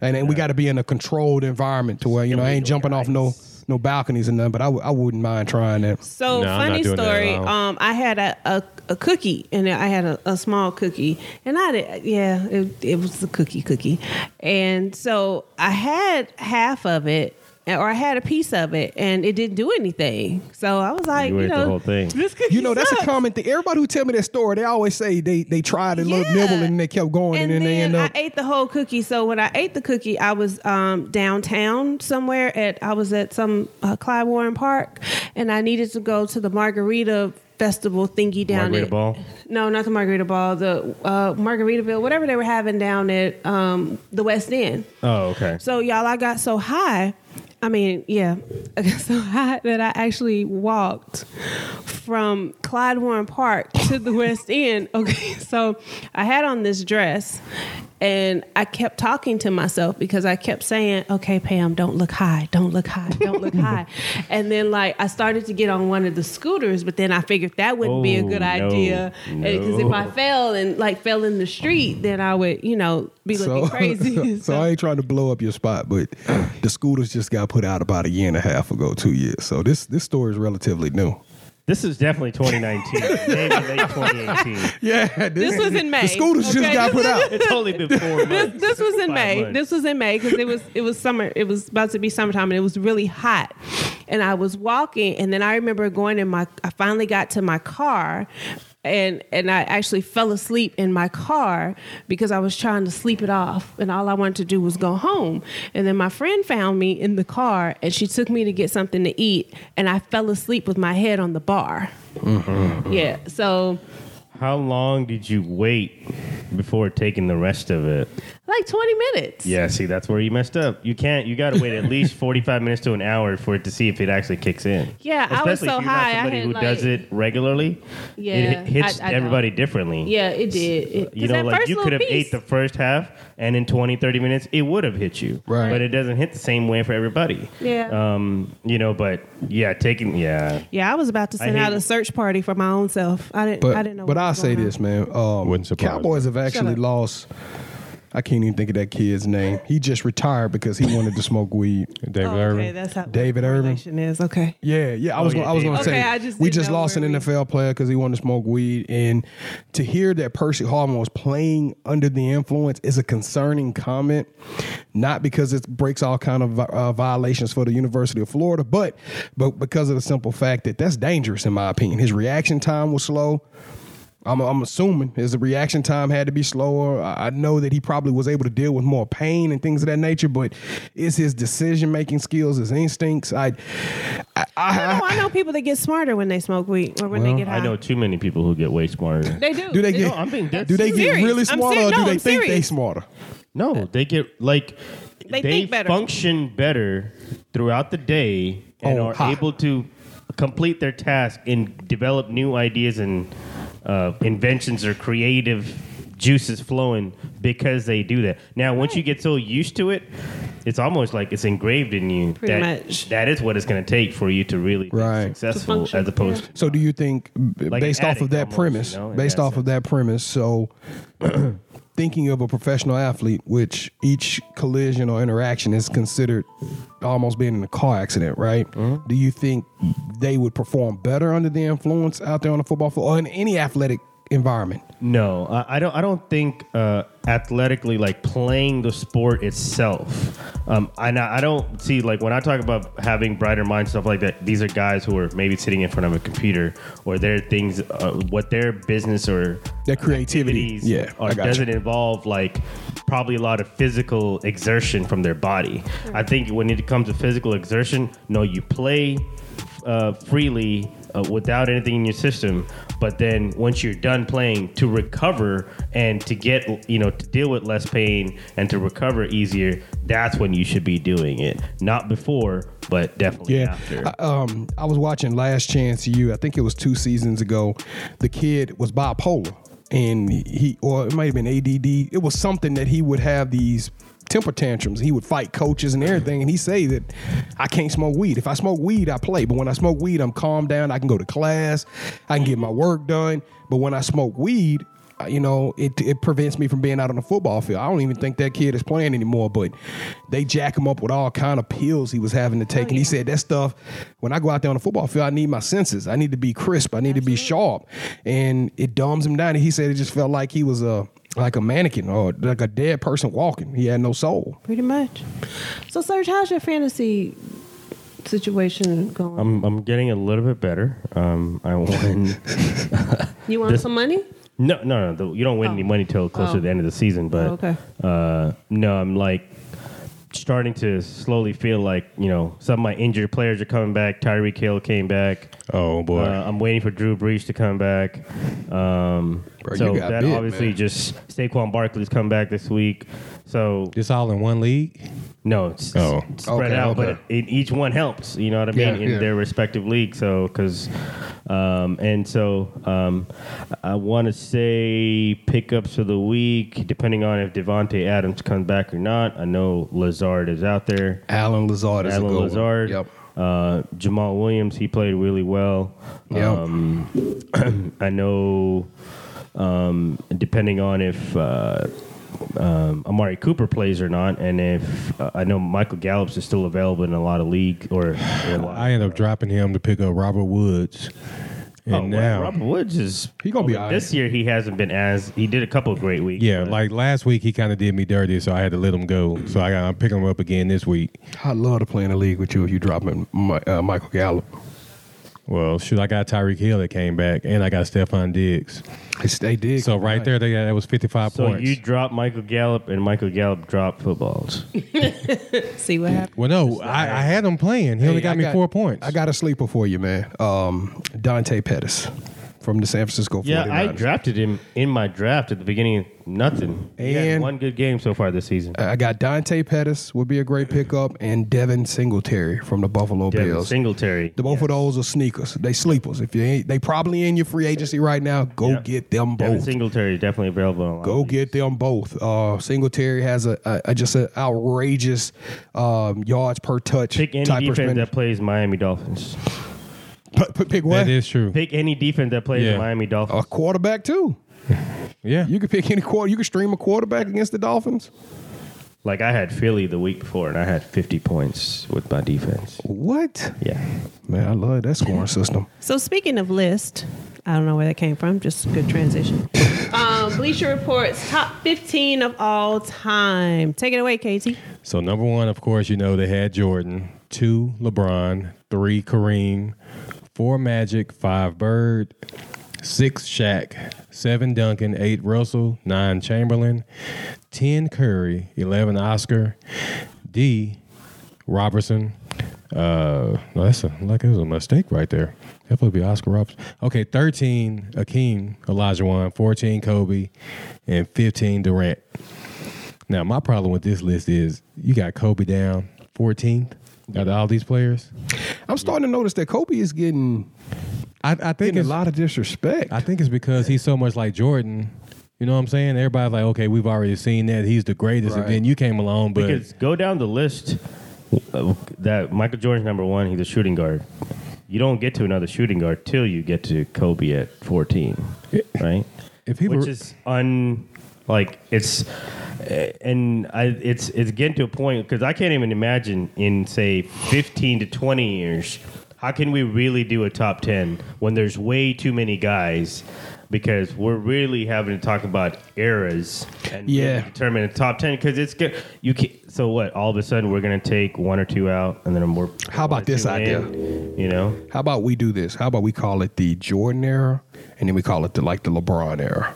and then we got to be in a controlled environment to where you know I ain't jumping off no no balconies or nothing. But I w- I wouldn't mind trying that. So No, I'm not funny doing that at story. all. Um, I had a, a, a cookie and I had a, a small cookie and I did, yeah, it, it was the cookie cookie. And so I had half of it or I had a piece of it and it didn't do anything. So I was like, You you, ate the know, whole thing. this cookie You know that's a sucks. common thing. Everybody who tell me that story, they always say they they tried a little Yeah. nibble and they kept going and, And then, they end up. I ate the whole cookie. So when I ate the cookie, I was um, downtown somewhere at I was at some uh, Clyde Warren Park, and I needed to go to the Margarita Festival thingy down Margarita at- Ball? No, not the Margarita Ball. The uh, Margaritaville, whatever they were having down at um, the West End. That. Oh, okay. So y'all, I got so high. I mean, yeah, I got so high that I actually walked from Clyde Warren Park to the West End. Okay, so I had on this dress, and I kept talking to myself because I kept saying, "Okay, Pam, don't look high, don't look high, don't look high." And then like I started to get on one of the scooters, but then I figured that wouldn't be a Oh, good no, idea because no. if I fell and like fell in the street, then I would, you know, be looking So, crazy. so I ain't trying to blow up your spot, but the scooters just got put out about a year and a half ago, two years. So this this story is relatively new. This is definitely 2019. Maybe late 2018. Yeah, This was in May, The scooters just okay? got put out. It's only been four months. this was in Five May. months. This was in May because it was it was summer. It was about to be summertime, and it was really hot. And I was walking, and then I remember going in my. I finally got to my car. And, and I actually fell asleep in my car because I was trying to sleep it off, and all I wanted to do was go home. And then my friend found me in the car, and she took me to get something to eat, and I fell asleep with my head on the bar. Mm-hmm. Yeah, so How long did you wait before taking the rest of it? like twenty minutes. Yeah, see, that's where you messed up. You can't. You got to wait at least forty-five minutes to an hour for it to see if it actually kicks in. Yeah, I was Especially so if you're high, I Not somebody had, who like- does it regularly. Yeah, it hits I- I don't. everybody differently. Yeah, it did. It, 'cause You know, that like first you little could have piece- ate the first half, and in 20, 30 minutes, it would have hit you. Right. But it doesn't hit the same way for everybody. Yeah. Um. You know, but yeah, taking yeah. Yeah, I was about to send hate out a it. search party for my own self. I didn't. But I didn't know. but what I'll was say going on. this, man. Um, Wouldn't surprise Cowboys have actually up. lost. I can't even think of that kid's name. He just retired because he wanted to smoke weed. David Oh, okay, Irving. that's how David Irvin. correlation is okay. Yeah, yeah. I was Oh, yeah, gonna, I was Dave. gonna Okay, say I just we didn't just know lost an where we- NFL player because he wanted to smoke weed, and to hear that Percy Harvin was playing under the influence is a concerning comment. Not because it breaks all kind of uh, violations for the University of Florida, but but because of the simple fact that that's dangerous, in my opinion. His reaction time was slow. I'm, I'm assuming is the reaction time had to be slower. I I know that he probably was able to deal with more pain and things of that nature, but it's his decision making skills, his instincts. I, I, I I, know, I know people that get smarter when they smoke weed or when they get high. I know too many people who get way smarter. They do. do they get No, I'm being dead do they get serious. really I'm smarter ser- or do no, they I'm think they serious. smarter? No, they get like They think better. function better throughout the day and Oh, are ha. able to complete their task and develop new ideas and uh, inventions or creative juices flowing because they do that. Now, once you get so used to it, it's almost like it's engraved in you. Pretty that, much. That is what it's going to take for you to really Right. be To successful, function, as opposed yeah. to So do you think b- Like an based off of addict that almost, you premise, know, in based that off of that premise, so thinking of a professional athlete, which each collision or interaction is considered almost being in a car accident, right? Mm-hmm. Do you think they would perform better under the influence out there on the football field or in any athletic environment? No, I, I don't. I don't think uh, athletically, like playing the sport itself. Um, and I, I don't see like when I talk about having brighter minds, stuff like that. These are guys who are maybe sitting in front of a computer, or their things, uh, what their business or Their creativity, activities yeah, are, I got doesn't involve like probably a lot of physical exertion from their body. I think when it comes to physical exertion, no, you play uh, freely uh, without anything in your system, but then once you're done playing, to recover and to get you know to deal with less pain and to recover easier, that's when you should be doing it, not before, but definitely Yeah. after. I, um, I was watching Last Chance U. I think it was two seasons ago. The kid was bipolar, and he, or it might have been ADD. It was something that he would have these temper tantrums. He would fight coaches and everything, and he say that I can't smoke weed. If I smoke weed, I play. But when I smoke weed, I'm calm down. I can go to class. I can get my work done. But when I smoke weed, uh, you know, it, it prevents me from being out on the football field. I don't even think that kid is playing anymore, but they jack him up with all kind of pills he was having to take. And he said that stuff, when I go out there on the football field, I need my senses. I need to be crisp. I need to be sharp. And it dumbs him down. And he said it just felt like he was a like a mannequin or like a dead person walking. He had no soul. Pretty much. So, Serge, how's your fantasy situation going? I'm, I'm getting a little bit better. Um, I won. you want this- some money? No, no, no. The, you don't win Oh. any money till closer to the end of the season. But Okay. uh, no, I'm like starting to slowly feel like you know some of my injured players are coming back. Tyreek Hill came back. Oh boy. Uh, I'm waiting for Drew Brees to come back. Um, Bro, you so got that bit, obviously man. just Saquon Barkley's come back this week. So it's all in one league. no, it's Oh. it's spread Okay, out, okay. but it, each one helps. You know what I mean Yeah, in yeah. their respective league. So because, um, and so um, I want to say pickups of the week, depending on if Devonte Adams comes back or not. I know Lazard is out there. Alan Lazard is a Alan good one. Lazard. Yep. Uh, Jamal Williams, he played really well. Um, Yep. I know, um, depending on if uh, um, Amari Cooper plays or not, and if uh, I know Michael Gallups is still available in a lot of league or, or a lot. I end up dropping him to pick up Robert Woods. And Oh, well, now Robert Woods is He gonna be I mean, all this year. He hasn't been as he did a couple of great weeks. Yeah, but like last week he kind of did me dirty, so I had to let him go. So I got I'm picking him up again this week. I love to play in a league with you if you drop in Mi- uh, Michael Gallup. Well, shoot, I got Tyreek Hill that came back, and I got Stefan Diggs. It's- They did. So right there, they, that was 55 so points. you drop Michael Gallup and Michael Gallup dropped footballs. See what happens. well, no, I, I had him playing. He only Hey, got I me four points. I got a sleeper for you, man. Um, Dante Pettis from the San Francisco 49ers. Yeah, I drafted him in my draft at the beginning. of Nothing. He had And- Uh, one good game so far this season. I got Dante Pettis would be a great pickup, and Devin Singletary from the Buffalo Devin Bills. Singletary. the both of those are sneakers. They sleepers. If you ain't, they probably in your free agency right now. Go Yeah. get them Devin both. Singletary is definitely available. in a lot Go of leagues. get them both. Uh, Singletary has a, a, a- just an outrageous um, yards per touch Pick any type defense percentage. that plays Miami Dolphins. P- p- pick what? that is true. Pick any defense that plays Yeah. Miami a Dolphins. quarterback too. Yeah, You can pick any quarter. You can stream a quarterback against the Dolphins. Like I had Philly the week before, and I had 50 points with my defense. What? Yeah, Man, I love that scoring system. So, speaking of list, I don't know where that came from. Just good transition. um, Bleacher Report's top 15 of all time. Take it away, Katie. So number one, of course, you know they had Jordan, two LeBron, three Kareem, four Magic, five Bird, six Shaq, seven Duncan, eight Russell, nine Chamberlain, ten Curry, eleven Oscar, D Robertson. Uh, no, that's a, like it was a mistake right there. That would be Oscar Robertson. Okay, thirteen Akeem Olajuwon, fourteen Kobe, and fifteen Durant. Now, my problem with this list is you got Kobe down 14th out of all these players. I'm starting to notice that Kobe is getting, I, I think getting a it's, lot of disrespect. I think it's because he's so much like Jordan. You know what I'm saying? Everybody's like, okay, we've already seen that he's the greatest, Right. and then you came along, but Because go down the list uh, that Michael Jordan's number one, he's a shooting guard. You don't get to another shooting guard till you get to Kobe at 14, right? if people, Which is un like it's and I it's it's getting to a point because I can't even imagine in say 15 to 20 years how can we really do a top 10 when there's way too many guys because we're really having to talk about eras and really Yeah. determine a top 10 because it's good you can so what all of a sudden we're gonna take one or two out and then we're How about one or two this idea? in, you know How about we do this? How about we call it the Jordan era, and then we call it the like the LeBron era?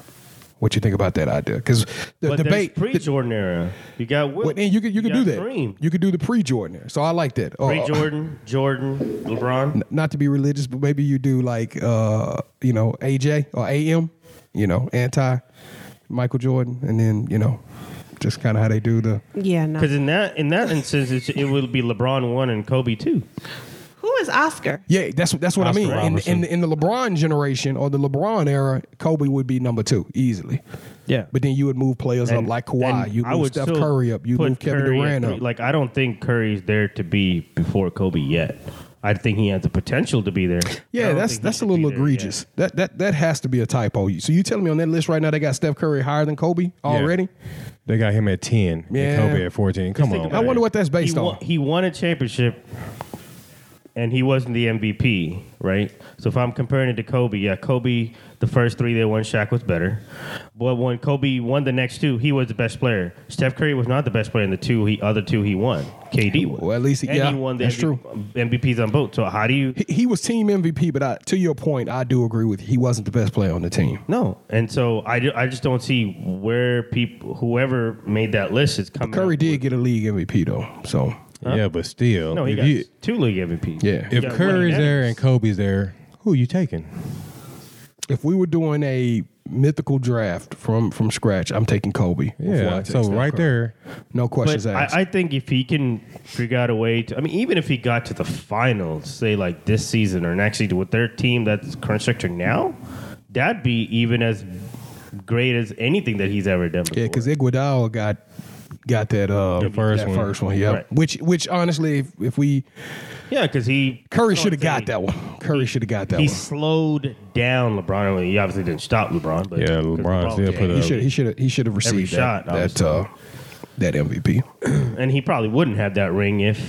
What you think about that idea? Because the but debate. pre Jordan era you got Wilt, well, then you could you could do got that. Kareem. You could do the pre-Jordan era. So I like that. Or- uh, Ray Jordan, Jordan, LeBron. not to be religious, but maybe you do like uh, you know AJ or AM, you know anti Michael Jordan, and then you know just kind of how they do the. Yeah, no. Because in that in that instance, it's, it will be LeBron one and Kobe two. Who is Oscar? Yeah, that's that's what Oscar I mean. In, in Robertson. in the LeBron generation or the LeBron era, Kobe would be number two easily. Yeah, But then you would move players up like Kawhi. You move Steph Curry up. You move Kevin Durant up. Like I don't think Curry's there to be before Kobe yet. I think he has the potential to be there. I yeah, don't that's think he that's a should be little there yet. egregious. That that that has to be a typo. So you telling me on that list right now they got Steph Curry higher than Kobe already? they got him at 10, Yeah. and Kobe at 14. Come Think on. about I it. wonder what that's based He won- on. he won a championship, and he wasn't the MVP, right? So if I'm comparing it to Kobe, yeah, Kobe, the first three they won, Shaq was better. But when Kobe won the next two, he was the best player. Steph Curry was not the best player in the two he other two he won. KD won. Well, at least he- and yeah, he won the that's true. MVPs on both. So how do you? He, he was team MVP, but I, to your point, I do agree with you. He wasn't the best player on the team. No, and so I, ju- I just don't see where people whoever made that list is coming. Curry up did get a league MVP though, so Yeah, but still. with- No, he if got you- two league MVPs. Yeah. He if got one Curry's in there Dennis. and Kobe's there, who are you taking? if we were doing a mythical draft from from scratch, I'm taking Kobe. before I Yeah, take so Steph right Curry. there, no questions But I, asked. I think if he can figure out a way to, I mean, even if he got to the finals, say like this season or next season with their team that's current structure now, that'd be even as great as anything that he's ever done. Before. yeah, because Iguodala got got that uh The first that one. first one, yeah. Right. Which which honestly, if, if we yeah, 'cause he Curry no, should have it's got a- that one. Curry should have got that He one. slowed down LeBron. I mean, he obviously didn't stop LeBron, but Yeah, 'cause LeBron still put came. up. He should he should have he should have received Every that, shot, that obviously. uh that MVP. and he probably wouldn't have that ring if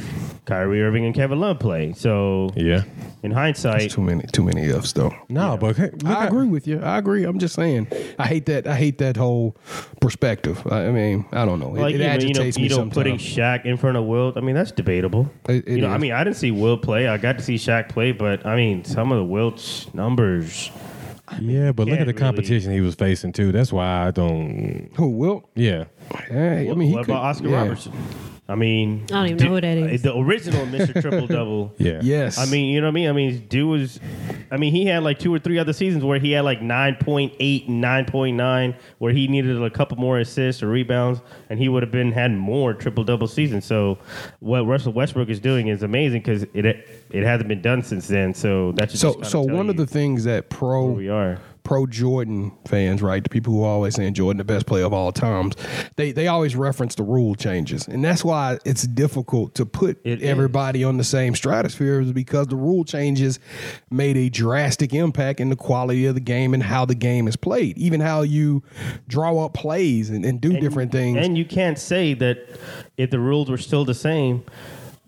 Kyrie Irving and Kevin Love play. So yeah. in hindsight, Too many too many ifs though. No, but hey, look I at- agree with you. I agree. I'm just saying. I hate that. I hate that whole perspective. I, I mean, I don't know. It, like it you know, you know, agitates you know, me putting sometimes. Shaq in front of Wilt. I mean, that's debatable. It- it you know, I is. mean, I didn't see Wilt play. I got to see Shaq play, but I mean, some of the Wilt's numbers. Yeah, but look at can't really- the competition he was facing too. That's why I don't. Who will? Yeah, Hey, I What, mean, he what could- about Oscar yeah. Robertson? I mean, uh, I don't even know who that is. The original Mister Triple Double. yeah, Yes. I mean, you know what I mean? I mean, dude was, I mean, he had like two or three other seasons where he had like 9.8 and 9.9, where he needed a couple more assists or rebounds, and he would have been had more triple double seasons. So, what Russell Westbrook is doing is amazing because it it hasn't been done since then. So that's just So, kinda so tell one of you the things that where we pro are. pro Jordan fans, right, the people who are always saying Jordan the best player of all times, they they always reference the rule changes, and that's why it's difficult to put It everybody on the same stratosphere, is because the rule changes made a drastic impact in the quality of the game and how the game is played, even how you draw up plays and, and do different things. And you can't say that if the rules were still the same,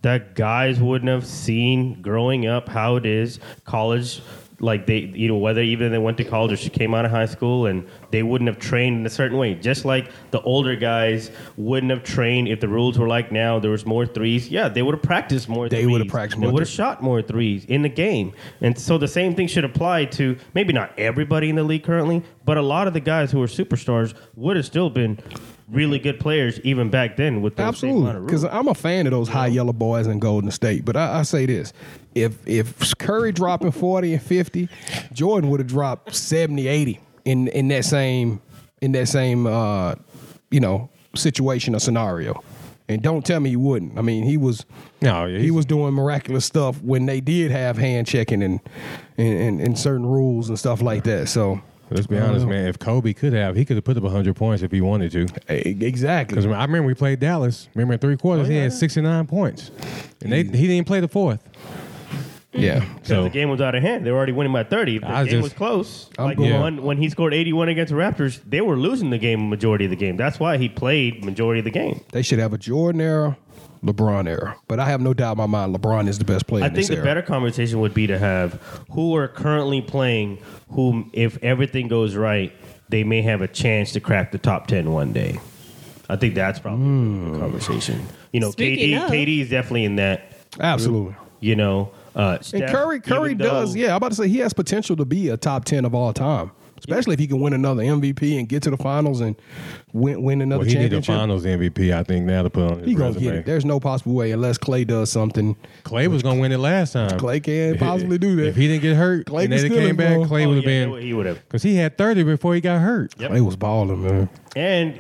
that guys wouldn't have seen growing up how it is college like they you know whether even they went to college or she came out of high school and they wouldn't have trained in a certain way just like the older guys wouldn't have trained if the rules were like now there was more threes yeah they would have practiced more They threes. would have practiced they more would have threes. shot more threes in the game and so the same thing should apply to maybe not everybody in the league currently but a lot of the guys who are superstars would have still been really good players even back then with those same amount Absolutely, of because rules. I'm a fan of those high yellow boys in Golden State. But I, I say this: if if Curry dropping 40 and 50, Jordan would have dropped 70, 80 in in that same in that same uh, you know situation or scenario. And don't tell me he wouldn't. I mean, he was No, yeah, he he's- was doing miraculous stuff when they did have hand checking and and, and and certain rules and stuff like that. So Let's be I don't honest, know. man. If Kobe could have, he could have put up 100 points if he wanted to. E- exactly. Because I remember we played Dallas. Remember in three Oh, quarters, he had 69 points. And they, he didn't play the fourth. Yeah. So the game was out of hand. They were already winning by 30. If The I was game just- was close. I'm like going- the one when he scored 81 against the Raptors, they were losing the game majority of the game. That's why he played majority of the game. They should have a Jordan era, LeBron era. But I have no doubt in my mind LeBron is the best player I in this think the era. better conversation would be to have who are currently playing whom if everything goes right, they may have a chance to crack the top 10 one day. I think that's probably Hmm. the conversation. You know, Speaking KD of- KD is definitely in that, Absolutely. you know, uh And Steph, Curry, even Curry though- does. Yeah, I'm about to say he has potential to be a top ten of all time, especially if he can win another MVP and get to the finals and win win another well, he need the championship. finals MVP, I think, now to put on his he gonna resume. get it. There's no possible way unless Clay does something. Clay was going to win it last time. Clay can possibly do that. If he didn't get hurt Clay Clay can and then still came back, involve- Clay Oh, would have yeah, been. he would have. Because he had 30 before he got hurt. Yep. Clay was balling, man. And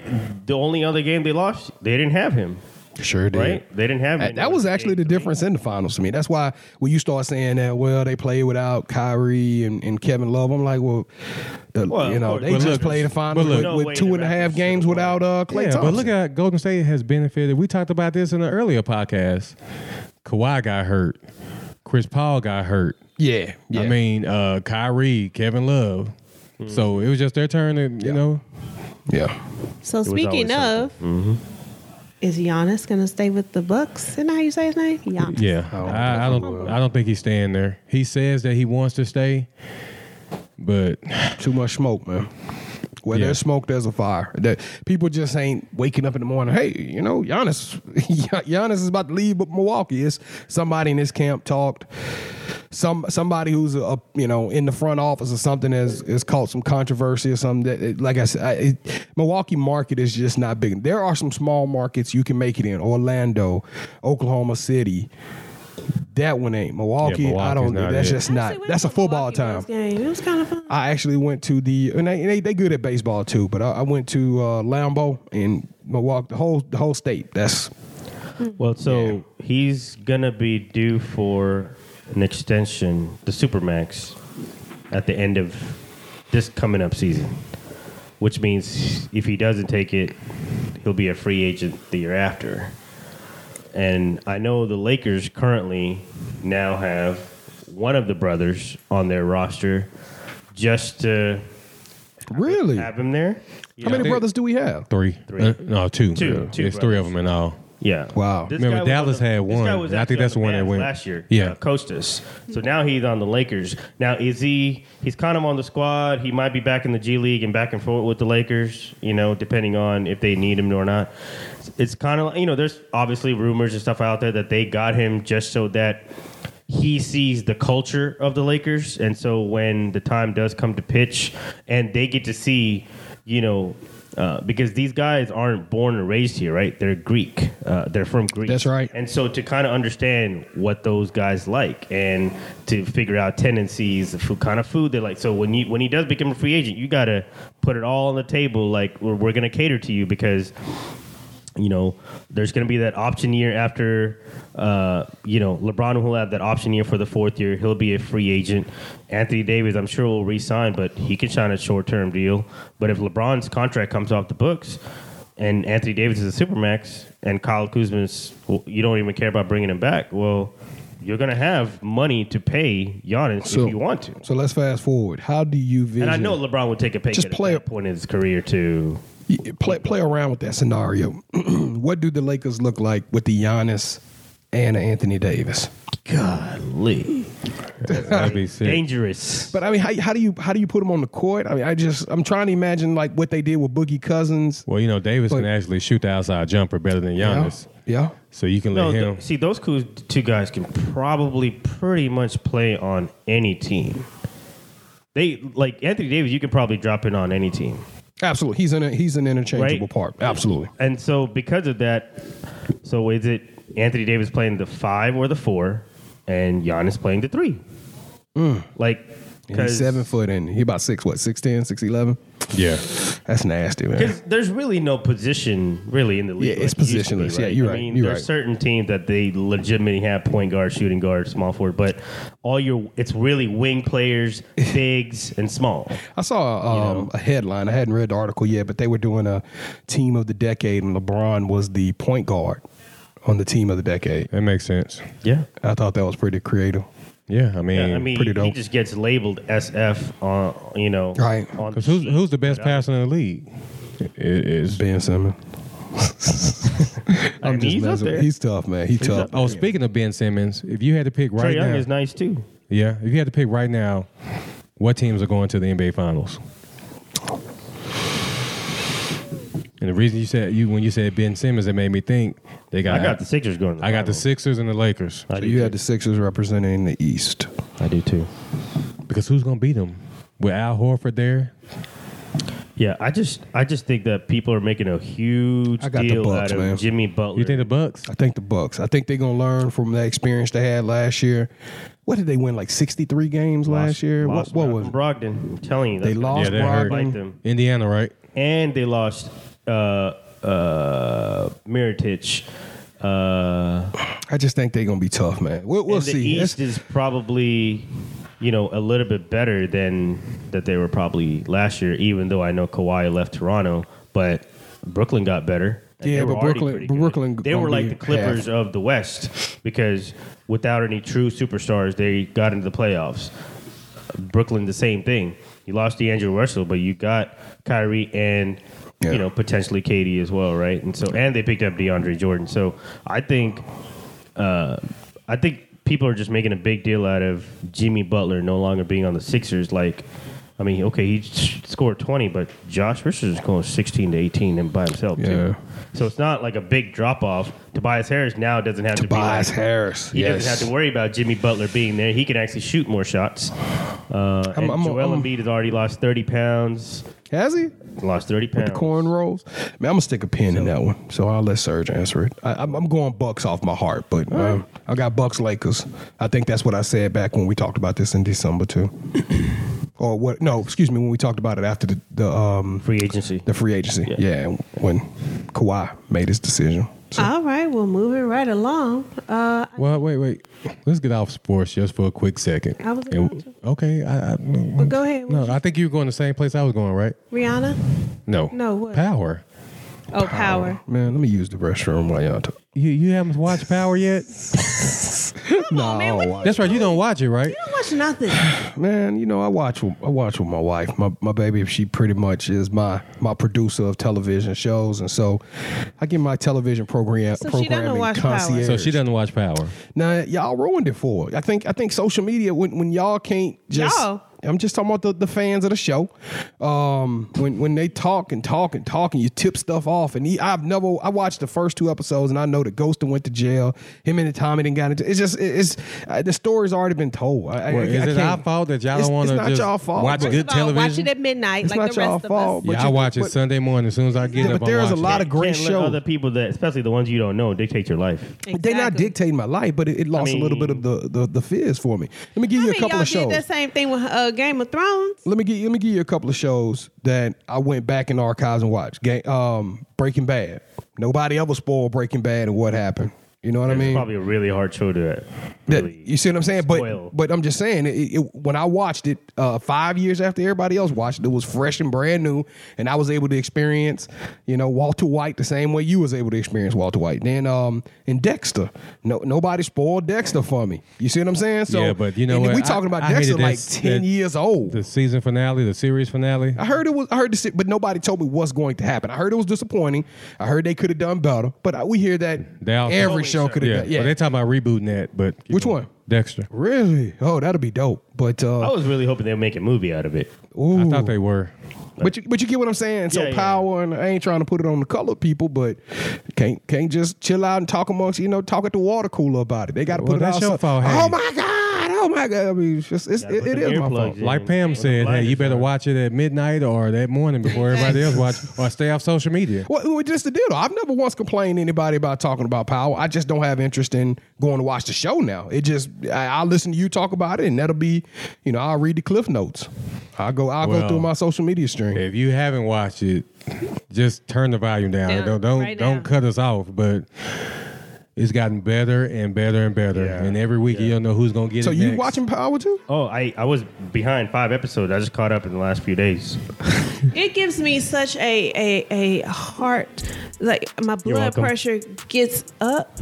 the only other game they lost, they didn't have him. Sure did. right? They didn't have Uh, him. That was actually the difference in the finals to me. That's why when you start saying that, well, they played without Kyrie and, and Kevin Love, I'm like, well, the, Well, you of know, course. they But just look- played the but finals look- with, No with way two the and a half Raptors games should've without uh, Clay Yeah, but Thompson. look at Golden State has benefited. We talked about this in an earlier podcast. Kawhi got hurt. Chris Paul got hurt. yeah, yeah. I mean, uh, Kyrie, Kevin Love. So Hmm. it was just their turn to, you know. yeah. So speaking always of, is Giannis gonna stay with the Bucks? Isn't that how you say his name? Giannis. Yeah. don't I, I think don't I don't think he's staying there. He says that he wants to stay, but Too much smoke, man. Where Yeah. there's smoke, there's a fire. That people just ain't waking up in the morning. Hey, you know, Giannis, Giannis is about to leave Milwaukee. It's somebody in this camp talked. Some somebody who's a, you know in the front office or something has has caught some controversy or something. That it- like I said, I, it, Milwaukee market is just not big. There are some small markets you can make it in: Orlando, Oklahoma City. That one ain't Milwaukee. I Milwaukee's don't. not That's it. just Actually not. went That's to a football Milwaukee time. Bucks Game. It was kind of fun. I actually went to the and they they, they good at baseball too, but I, I went to uh, Lambeau and Milwaukee, the whole the whole state. That's Well, so he's gonna be due for an extension, the supermax, at the end of this coming up season, which means if he doesn't take it, he'll be a free agent the year after. And I know the Lakers currently now have one of the brothers on their roster just to really. have him there. How many Yeah. brothers do we have? three. Three. Uh, no, two. Two. Yeah. Two There's three of brothers. them in all. Yeah. Wow. This Remember, guy was on Dallas had This guy one, was and I actually think that's on the one that Mavs went- last year. Yeah. uh, Costas. So now he's on the Lakers. Now is he? He's kind of on the squad. He might be back in the G League and back and forth with the Lakers. You know, depending on if they need him or not. It's kind of you know, there's obviously rumors and stuff out there that they got him just so that he sees the culture of the Lakers, and so when the time does come to pitch, and they get to see, you know. Uh, because these guys aren't born and raised here, right? They're Greek. Uh, they're from Greece. That's right. And so to kind of understand what those guys like and to figure out tendencies, the food, kind of food they like. So when you when he does become a free agent, you gotta put it all on the table. Like we're, we're gonna cater to you because you know, there's going to be that option year after, uh, you know, LeBron will have that option year for the fourth year. He'll be a free agent. Anthony Davis, I'm sure, will re-sign, but he could sign a short-term deal. But if LeBron's contract comes off the books, and Anthony Davis is a supermax, and Kyle Kuzma's, well, you don't even care about bringing him back. Well, you're going to have money to pay Giannis So- if you want to. So let's fast forward. How do you vision? And I know LeBron would take a pay Just cut at play that it. point in his career to Yeah, play play around with that scenario. what do the Lakers look like with the Giannis and Anthony Davis? Golly. That'd be sick. Dangerous. But I mean, how, how do you how do you put them on the court? I mean, I just I'm trying to imagine like what they did with Boogie Cousins. Well, you know, Davis But- can actually shoot the outside jumper better than Giannis. Yeah. So you can let No, him. th- see, those coo- two guys can probably pretty much play on any team. They like Anthony Davis. You can probably drop in on any team, yeah, absolutely. He's an he's an interchangeable Right. part. Absolutely. and so because of that, so is it Anthony Davis playing the five or the four, and Giannis playing the three? Like, And Hmm. He's seven foot and he about six what six ten six eleven. yeah. That's nasty, man. Because there's really no position really in the league. Yeah, it's it used to be, positionless. Yeah, you're I right. mean, You're there's right. certain teams that they legitimately have point guard, shooting guard, small forward, but all your it's really wing players, bigs, and small. I saw um, a headline. I hadn't read the article yet, but they were doing a team of the decade, and LeBron was the point guard on the team of the decade. That makes sense. Yeah. I thought that was pretty creative. Yeah. I mean, I mean, pretty he- he dope. just gets labeled SF on you know Right. on 'cause who's, who's the best passer in the league? It is. Ben Simmons. I mean, he's messing up with- there. He's tough, man. He's tough. Oh, speaking of Ben Simmons, if you had to pick Trae right Young now, is nice too. yeah, if you had to pick right now, what teams are going to the NBA Finals? And the reason you said you when you said Ben Simmons, it made me think they got. I got the Sixers going. to the I got the finals. Sixers and the Lakers I So do Oh, you too. had the Sixers representing the East. I do too. because who's going to beat them? With Al Horford there, Yeah, I just I just think that people are making a huge I got the deal Bucks, out of man. Jimmy Butler. you think the Bucks? I think the Bucks. I think they're gonna learn from that experience they had last year. What did they win? Like sixty three games last year. Lost what, what was? Malcolm Brogdon? I'm telling you, They that's gonna lost Yeah, that hurt. Brogdon. bite them. Indiana, right? and they lost uh, uh, Miritich. Uh, I just think they're gonna be tough, man. We'll, we'll and the see. East It's- is probably, you know, a little bit better than that they were probably last year. Even though I know Kawhi left Toronto, but Brooklyn got better. And Yeah, they were but already Brooklyn- pretty but good. Brooklyn They gonna were like be the Clippers half. of the West because without any true superstars, they got into the playoffs. Brooklyn, the same thing. You lost D'Angelo Russell, but you got Kyrie and Yeah. you know potentially Katie as well, right? And so and they picked up DeAndre Jordan. So I think, uh, I think people are just making a big deal out of Jimmy Butler no longer being on the Sixers. Like, I mean, okay, he s- scored twenty, but Josh Richards is going sixteen to eighteen and by himself Yeah. too. So it's not like a big drop off. Tobias Harris now doesn't have Tobias to be like, Harris. he yes. doesn't have to worry about Jimmy Butler being there. He can actually shoot more shots. Uh, and I'm- Joel I'm- Embiid has already lost 30 pounds. Has he? Lost 30 pounds. Corn rolls. Man, I'm gonna stick a pin in that one, so I'll let Serge answer it. I, I'm, I'm going Bucks off my heart, but um, I got Bucks Lakers. I think that's what I said back when we talked about this in December too. or what? No, excuse me. When we talked about it after the the, um, Free agency. the free agency, Yeah. yeah, when Kawhi made his decision. So, All right, well, moving right along. Uh, Well, wait, wait. Let's get off sports just for a quick second. I was And- about okay. I, I, well, go ahead. no, I think you were going the same place I was going, right? Rihanna? No. No, what? Power. Oh, Power. man, let me use the restroom while y'all talk. You you haven't watched Power yet? No, man, I don't what the- watch That's right. You don't watch it, right? I don't watch nothing. Man, you know, I watch with- I watch with my wife. My my baby, she pretty much is my my producer of television shows, and so I get my television program So she doesn't programming watch Power. concierge. So she doesn't watch Power. Now y'all ruined it for. her. I think I think social media when when y'all can't just. Y'all? I'm just talking about the, the fans of the show. Um, when when they talk and talk and talk and you tip stuff off and he, I've never I watched the first two episodes and I know that Ghostin went to jail. Him and the Tommy didn't got into it's just it's uh, the story's already been told. I, I, Well, is I it can't- our fault that y'all It's- don't want it's to not just y'all fault. watch First good First of all, Watch television? it at midnight It's like not the y'all rest of fault, us. but yeah, I you- watch it but- Sunday morning as soon as I get Yeah, up. but there's a lot of great Can't let shows. other people that, especially the ones you don't know, dictate your life. They're not Exactly. dictating my life, but it, it lost a little bit of the, the the fizz for me. Let me give I you mean, a couple y'all of shows. did that same thing with uh, Game of Thrones. Let me give let me give you a couple of shows that I went back in archives and watched. Ga- um, Breaking Bad. Nobody ever spoiled Breaking Bad and what happened. You know what I It's mean? probably a really hard show to That- really. you see what I'm saying? spoil. But but I'm just saying, it, it, when I watched it uh, five years after everybody else watched it, it was fresh and brand new, and I was able to experience, you know, Walter White the same way you was able to experience Walter White. Then um, in Dexter, no nobody spoiled Dexter for me. You see what I'm saying? So Yeah, but you know and what? we I- talking about I hated Dexter like this- ten that- years old. The season finale, the series finale. I heard it was. I heard this, but nobody told me what's going to happen. I heard it was disappointing. I heard they could have done better, but I, we hear that They all- every show could have. Yeah, done. Yeah, Well, they're talking about rebooting that, but which one? Dexter. Really? Oh, that'll be dope. But I uh, was really hoping they'd make a movie out of it. Oh. I ooh. thought they were. but you, but you get what I'm saying. So Yeah, yeah. power, and I ain't trying to put it on the colored people, but can't can't just chill out and talk amongst you know talk at the water cooler about it. They got to Well, put it that's out. your some- fault, hey. Oh my god! Oh my god! I mean, it's just, it's, Gotta it, put it them is my earplugs fault. in. Like Pam Put the said, hey, blinders you better on. watch it at midnight or that morning before everybody else watch, or stay off social media. Well, we just the deal. I've never once complained to anybody about talking about power. I just don't have interest in going to watch the show now. It just I, I'll listen to you talk about it, and that'll be, you know, I'll read the cliff notes. I'll go. I'll Well, go through my social media stream. If you haven't watched it, just turn the volume down. Down, don't don't, right don't now. cut us off. But it's gotten better and better and better. Yeah. And every week you don't know who's gonna get so it. you next. watching Power too? Oh, I, I was behind five episodes. I just caught up in the last few days. It gives me such a a, a heart like my blood welcome. pressure gets up.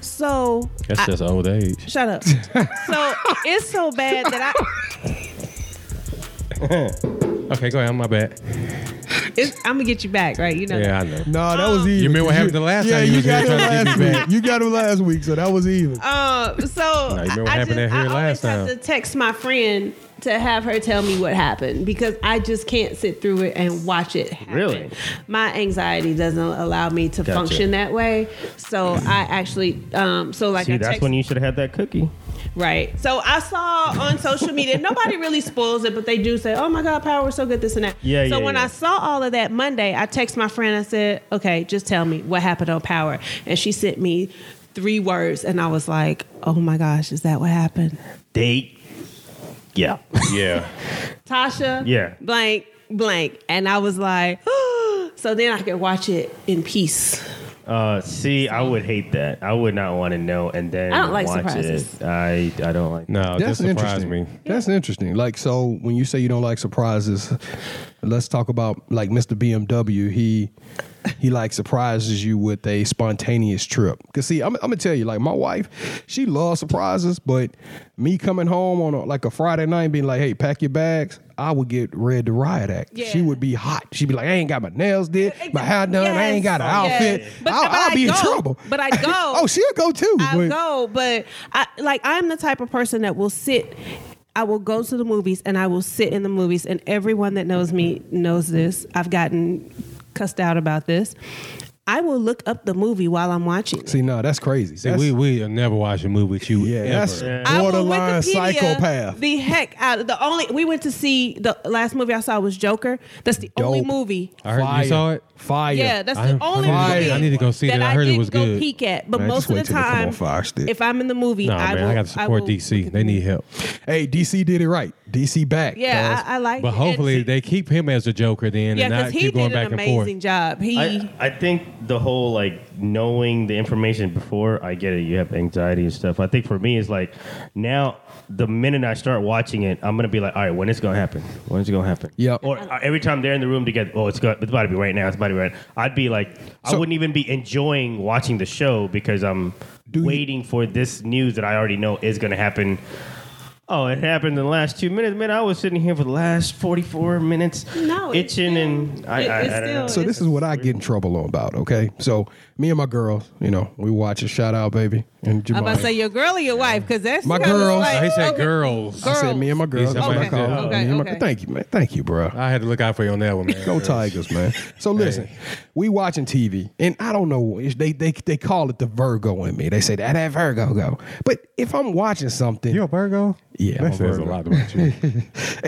So That's just old age. shut up. so it's so bad that I Okay, go ahead. My bad. it's, I'm gonna get you back, right? You know. Yeah, I that. know. No, that was even. remember what happened the last time you was here trying to get me back. You got him last week, so that was even. Um. So you remember what I, I happened just, out here I last always have time? to text my friend to have her tell me what happened because I just can't sit through it and watch it. Happen. Really? my anxiety doesn't allow me to Gotcha. function that way. So I actually, um, so like I See, that's text- when you should have had that cookie. Right. So I saw on social media, nobody really spoils it, but they do say, oh my God, power was so good, this and that. Yeah, so yeah, when yeah. I saw all of that Monday, I text my friend, I said, okay, just tell me what happened on power. And she sent me three words, and I was like, oh my gosh, is that what happened? Date. Yeah. Yeah. Tasha, Yeah. blank, blank. And I was like, so then I could watch it in peace. Uh, see, I would hate that. I would not want to know. And then I don't like watch surprises. It. I I don't like. No, That's just Oh, surprised interesting. me. That's interesting. Like so, when you say you don't like surprises, let's talk about like Mr. BMW. He he like surprises you with a spontaneous trip. Cause see, I'm, I'm gonna tell you, like my wife, she loves surprises, but me coming home on a, like a Friday night and being like, "Hey, pack your bags." I would get red to riot act. She Yeah. would be hot. She'd be like, "I ain't got my nails did, my hair done. I ain't got an Yes, yes. outfit. But- I'll, but I'll I be go. in trouble." But I go. oh, she'll go too. I but- go, but I like I'm the type of person that will sit. I will go to the movies and I will sit in the movies. And everyone that knows me knows this. I've gotten cussed out about this. I will look up the movie while I'm watching. it. See, no, that's crazy. See, That's- we we never watch a movie with you. Yeah, ever. that's I will borderline Wikipedia psychopath. The heck out of the only we went to see the last movie I saw was Joker. That's the only Dope. movie. I heard you saw it. Fire. Yeah, that's I- the only I- movie I need to go see that. that. I I, heard it didn't was go good. peek at, but Man, most just of wait the till they come on time, Fire Stick. if I'm in the movie, No, I man, will, I got to support will DC. They need help. Hey, DC did it right. DC back. Yeah, cuz. I, I like. But it. hopefully And- they keep him as a Joker then, yeah, and not because he keep going did back an and amazing forth. job. He I, I think the whole like knowing the information before I get it, you have anxiety and stuff. I think for me, it's like now the minute I start watching it, I'm gonna be like, all right, when it's gonna happen? When it's gonna happen? Yep. Oh, Or uh, every time they're in the room together, oh, it's going it's about to be right now. It's about to be right. Now. I'd be like, So- I wouldn't even be enjoying watching the show because I'm Do you- waiting for this news that I already know is gonna happen. Oh, it happened in the last two minutes. Man, I was sitting here for the last 44 minutes No, it's itching still- and I, it- I, it's I don't know. still- so this is what I get in trouble on about, okay? So me and my girls, you know, we watch a shout out baby and I'm Jamal. about to say your girl or your wife because that's My kinda girls. Like, He said okay. girls. I said me and my girls. He said that's what I my call girls. them. Okay, Me and my- okay. Thank you, man. Thank you, bro. I had to look out for you on that one, man. Go Tigers, man. So listen, we watching TV, and I don't know. it's- They they they call it the Virgo in me. They say that that Virgo go. But if I'm watching something, You a Virgo? Yeah, I'm that a says a Virgo. lot about you.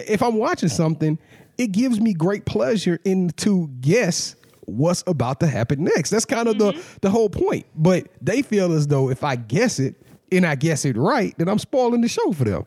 if I'm watching something, it gives me great pleasure in to guess what's about to happen next. That's kind of Mm-hmm. the the whole point. But they feel as though if I guess it and I guess it right, then I'm spoiling the show for them.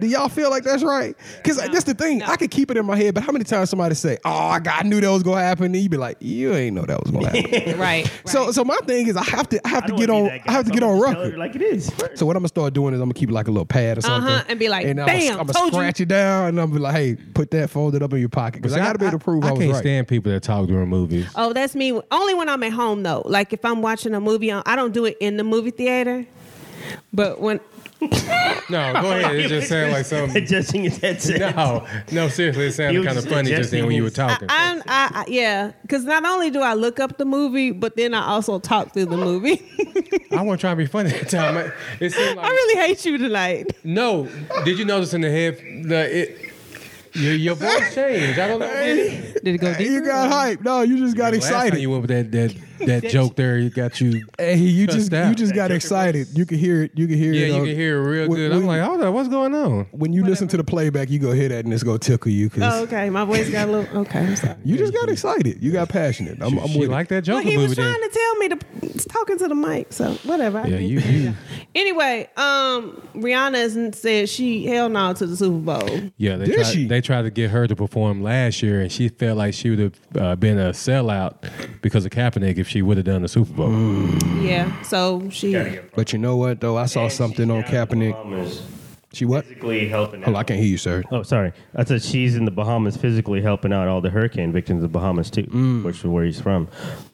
Do y'all feel like that's right? Because that's the thing. I could keep it in my head, but how many times somebody say, "Oh, I, got, I knew that was gonna happen," and you be like, "You ain't know that was gonna happen." Right. right. So, so my thing is, I have to, I have I to don't get wanna on, be I that guy, have to so get I'm on gonna tell record. her Like it is. So what I'm gonna start doing is I'm gonna keep like a little pad or something, Uh-huh, and be like, and I'm "Bam, I'm told you." scratch it down, and I'm be like, hey, put that folded up in your pocket because I gotta be able to prove I, I, was can't right. stand people that talk during movies. Oh, that's me. Only when I'm at home though. Like if I'm watching a movie, on, I don't do it in the movie theater. But when No, go ahead. It just sounded like something. adjusting his headset. No, no, seriously, it sounded was kind of funny just then suggesting when you were his- talking. I, I, I yeah, because not only do I look up the movie, but then I also talk through the movie. I wasn't trying to be funny at the time. I- It seemed I like really hate you tonight. no. Did you notice in the head the it? Your, your voice changed. I don't know. Hey, Did it go deeper? You got hype. No, you just got Last excited. time you went with that that that joke there, you got you. Hey, you Cussed just out. you just got excited. You can hear it. You can hear Yeah, it. you uh, can hear it real when- good. when I'm like, hold on, what's going on? when you listen to the playback, you go hear that and it's gonna tickle you because Oh, okay. My voice got a little. Okay, I'm sorry. you just got excited. You got passionate. I'm, I'm she with it. liked that But Joker he was movie. trying to Then. tell me to talking to the mic, so whatever. I Yeah, did. you you Anyway, um, Rihanna has said she hell no to the Super Bowl. Yeah, they Did tried, she? they tried to get her to perform last year, and she felt like she would have uh, been a sellout because of Kaepernick if she would have done the Super Bowl. Yeah, so she. Gotta get- But you know what though? I saw And something she's on down in the Kaepernick. Bahamas, She what? Physically helping. Oh, out. I can't hear you, sir. Oh, sorry. I said she's in the Bahamas physically helping out all the hurricane victims of Bahamas too, Mm. which is where he's from.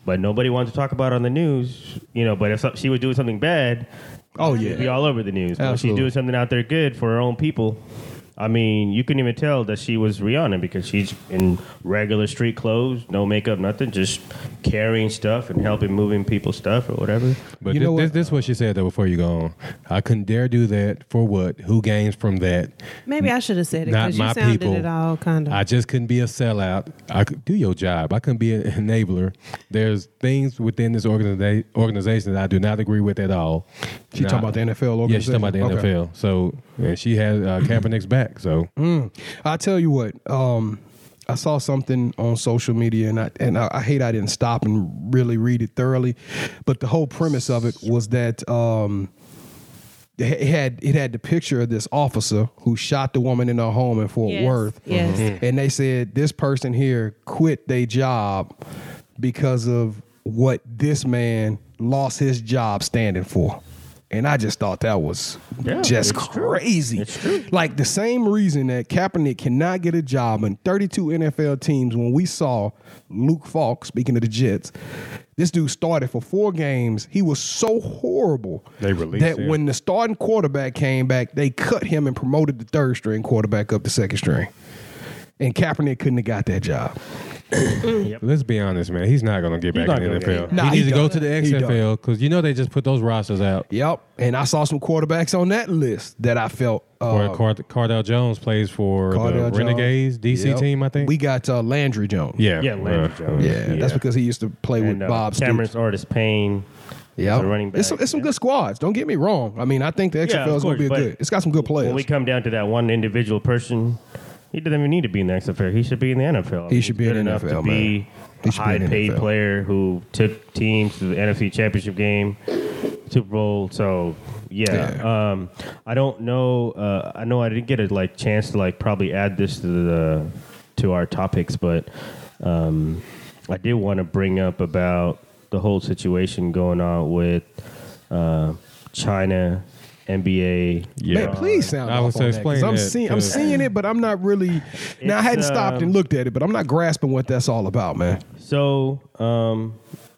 But nobody wants to talk about it on the news, you know. But if so- she was doing something bad, Oh it'd be yeah. all over the news. But if she's Absolutely. doing something out there good for her own people. I mean, you couldn't even tell that she was Rihanna because she's in regular street clothes, no makeup, nothing, just carrying stuff and helping moving people's stuff or whatever. But You thi- know this, what? this is what she said though before you go on. I couldn't dare do that for what? Who gains from that? Maybe I should have said it Not because you my sounded people. it all kind of. I just couldn't be a sellout. I could do your job. I couldn't be an enabler. There's things within this organiza- organization that I do not agree with at all. She talking about the NFL Yeah, she's talking about the organization? Okay. NFL. So and she had uh, Kaepernick's back. So Mm. I tell you what. Um, I saw something on social media, and I and I, I hate I didn't stop and really read it thoroughly, but the whole premise of it was that. Um, it had it had the picture of this officer who shot the woman in her home in Fort Yes, Worth. yes. Mhm. Mm. And they said this person here quit their job because of what this man lost his job standing for. And I just thought that was Yeah, just it's true. crazy. Like the same reason that Kaepernick cannot get a job in 32 NFL teams when we saw Luke Falk, speaking of the Jets, this dude started for four games. He was so horrible They released that him. when the starting quarterback came back, they cut him and promoted the third string quarterback up to second string. And Kaepernick couldn't have got that job. Let's be honest, man. He's not going to get back not in the gonna get NFL. back. Nah, he he needs to go done. to the He done. XFL because you know they just put those rosters out. Yep. And I saw some quarterbacks on that list that I felt. Uh, Where Car- Cardell Jones plays for Cardell the Jones. Renegades DC Yep. team, I think. We got uh, Landry Jones. yeah, Yeah, Landry Uh, Jones. Yeah, that's because he used to play with And, uh, Bob Stoops. Cameron's artist Payne. Yeah, a running It's, some- back. it's some good squads. Don't get me wrong. I mean, I think the Yeah, XFL of is going course, to be a but good. It's got some good players. When we come down to that one individual person, he doesn't even need to be in the XFL. He should be in the NFL. He should be He's in good the enough NFL, to be man. He a should be in the high-paid NFL. player who took teams to the NFC Championship game, Super Bowl. So yeah, Um, I don't know. Uh, I know I didn't get a like chance to like probably add this to the to our topics, but um, I did want to bring up about the whole situation going on with uh, China. NBA Yeah. Man, please sound. I was off on to that, 'cause explain I'm that, seeing. I'm too. seeing it, but I'm not really. Now I It's, hadn't stopped and um, looked at it, but I'm not grasping what that's all about, man. So, um,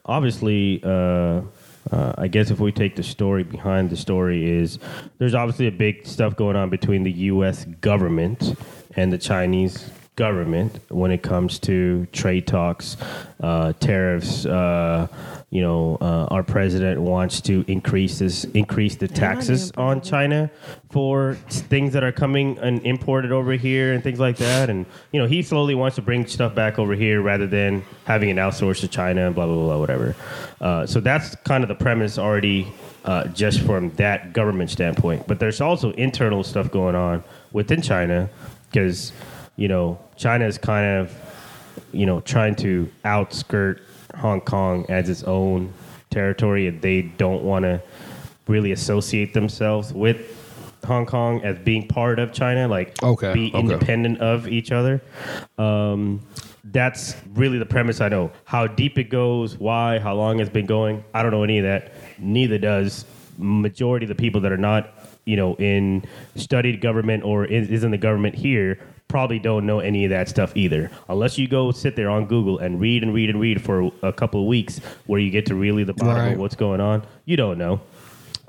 obviously, uh, uh, I guess if we take the story behind the story is there's obviously a big stuff going on between the U.S. government and the Chinese government when it comes to trade talks, uh, tariffs. Uh, you know, uh, our president wants to increase this, increase the taxes damn on China for things that are coming and imported over here and things like that. And you know, he slowly wants to bring stuff back over here rather than having it outsourced to China and blah blah blah, blah whatever. Uh, so that's kind of the premise already, uh, just from that government standpoint. But there's also internal stuff going on within China because you know China is kind of you know, trying to outskirt Hong Kong as its own territory, and they don't want to really associate themselves with Hong Kong as being part of China, like Okay, be okay. independent of each other. Um, that's really the premise I know. How deep it goes, why, how long it's been going, I don't know any of that. Neither does majority of the people that are not, you know, in studied government or is, is in the government here probably don't know any of that stuff either. Unless you go sit there on Google and read and read and read for a couple of weeks where you get to really the bottom Right. of what's going on, you don't know.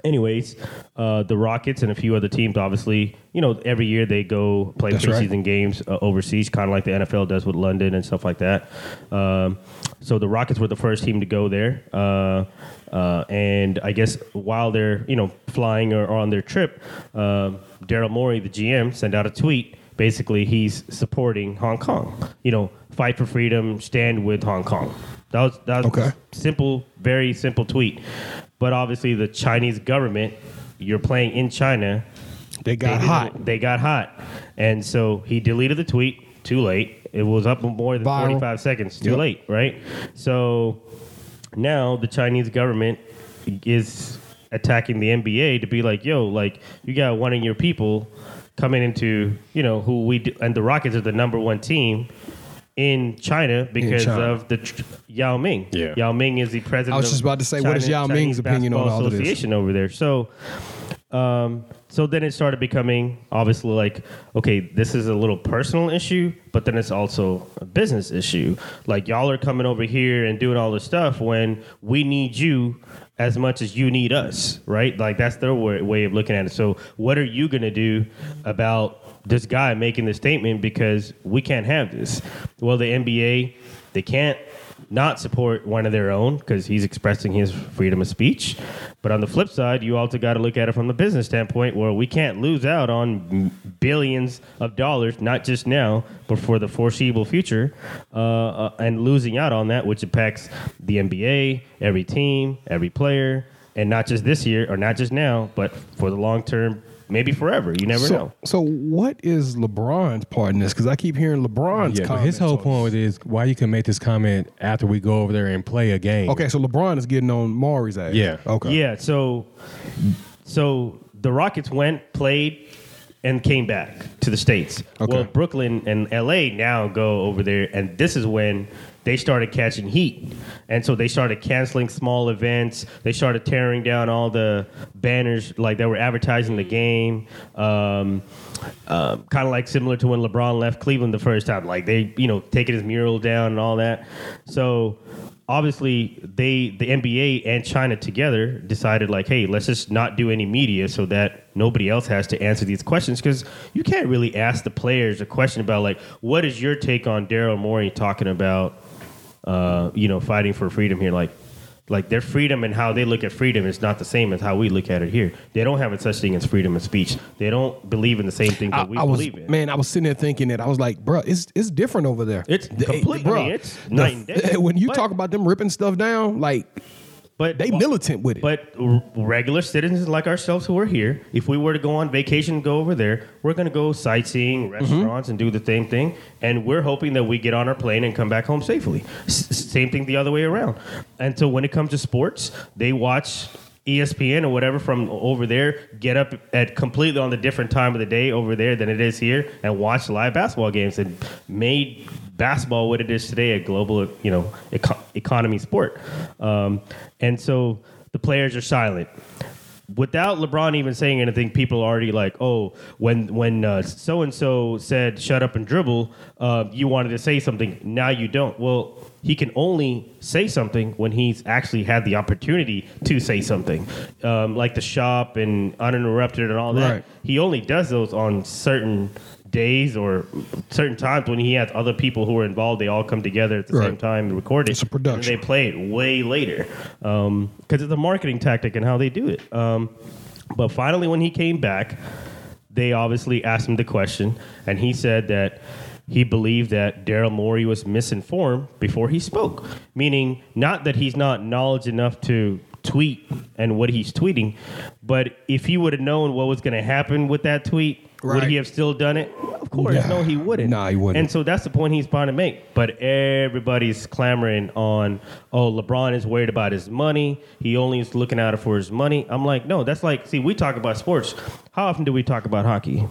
Anyways, uh, the Rockets and a few other teams, obviously, you know, every year they go play That's right. preseason games uh, overseas, kind of like the NFL does with London and stuff like that. Um, so the Rockets were the first team to go there, uh, uh, and I guess while they're you know flying or, or on their trip, um Daryl Morey, the GM, sent out a tweet. Basically, he's supporting Hong Kong. You know, fight for freedom, stand with Hong Kong. That was that was Okay. simple, very simple tweet. But obviously, the Chinese government, you're playing in China, They got they didn't- hot. They got hot, and so he deleted the tweet. Too late. It was up more than Viral. 45 seconds. Too Yep. late, right? So now the Chinese government is attacking the NBA to be like, yo, like you got one of your people coming into, you know, who we do, and the Rockets are the number one team. In China, because China. of the tr- Yao Ming. Yeah. Yao Ming is the president. I was of just about to say, what is Yao Ming's opinion on Basketball all of this? Association over there. So, um, so then it started becoming obviously like, okay, this is a little personal issue, but then it's also a business issue. Like y'all are coming over here and doing all this stuff when we need you as much as you need us, right? Like that's their wa- way of looking at it. So what are you gonna do about this guy making this statement because we can't have this? Well, the NBA they can't not support one of their own because he's expressing his freedom of speech. But on the flip side, you also got to look at it from the business standpoint where we can't lose out on billions of dollars, not just now, but for the foreseeable future, uh, uh, and losing out on that, which impacts the NBA, every team, every player, and not just this year or not just now, but for the long term, maybe forever. You never so, know. so what is LeBron's part in this? Because I keep hearing LeBron's Yeah, but comments his whole on point is why you can make this comment after we go over there and play a game. Okay, so LeBron is getting on Maury's ass. Yeah. Okay. Yeah, so so the Rockets went, played, and came back to the States. Okay. Well, Brooklyn and LA now go over there, and this is when they started catching heat. And so they started canceling small events. They started tearing down all the banners like that were advertising the game. Um, um, kind of like similar to when LeBron left Cleveland the first time. Like they, you know, taking his mural down and all that. So obviously they the NBA and China together decided like, hey, let's just not do any media so that nobody else has to answer these questions because you can't really ask the players a question about like, what is your take on Daryl Morey talking about, uh, you know, fighting for freedom here, like. Like their freedom and how they look at freedom is not the same as how we look at it here. They don't have a such thing as freedom of speech. They don't believe in the same thing I, that we I was believe in. man, I was sitting there thinking that I was like, bruh, it's it's different over there. It's The- completely- bruh, I mean, it's the- night and day. When you But- talk about them ripping stuff down, like But they well, militant with it. But r- regular citizens like ourselves who are here, if we were to go on vacation, and go over there, we're going to go sightseeing, Mm-hmm. restaurants, and do the same thing. And we're hoping that we get on our plane and come back home safely. S- s- same thing the other way around. And so when it comes to sports, they watch. E ESPN or whatever from over there get up at completely on the different time of the day over there than it is here and watch live basketball games and made basketball what it is today a global you know eco- economy sport um, and so the players are silent without LeBron even saying anything, people are already like, oh, when when so and so said shut up and dribble, uh, you wanted to say something. Now you don't. Well, he can only say something when he's actually had the opportunity to say something, um, like the shop and uninterrupted and all that. Right. He only does those on certain days or certain times when he has other people who are involved. They all come together at the Right. same time and record it. It's a production. And they they play it way later because it's a marketing tactic and how they do it. Um, but finally, when he came back, they obviously asked him the question, and he said that he believed that Daryl Morey was misinformed before he spoke, meaning not that he's not knowledge enough to tweet and what he's tweeting, but if he would have known what was going to happen with that tweet, would Right. he have still done it? Of course, Yeah. no, he wouldn't. Nah, he wouldn't. And so that's the point he's trying to make. But everybody's clamoring on, oh, LeBron is worried about his money. He only is looking out for his money. I'm like, no, that's like, see, we talk about sports. How often do we talk about hockey?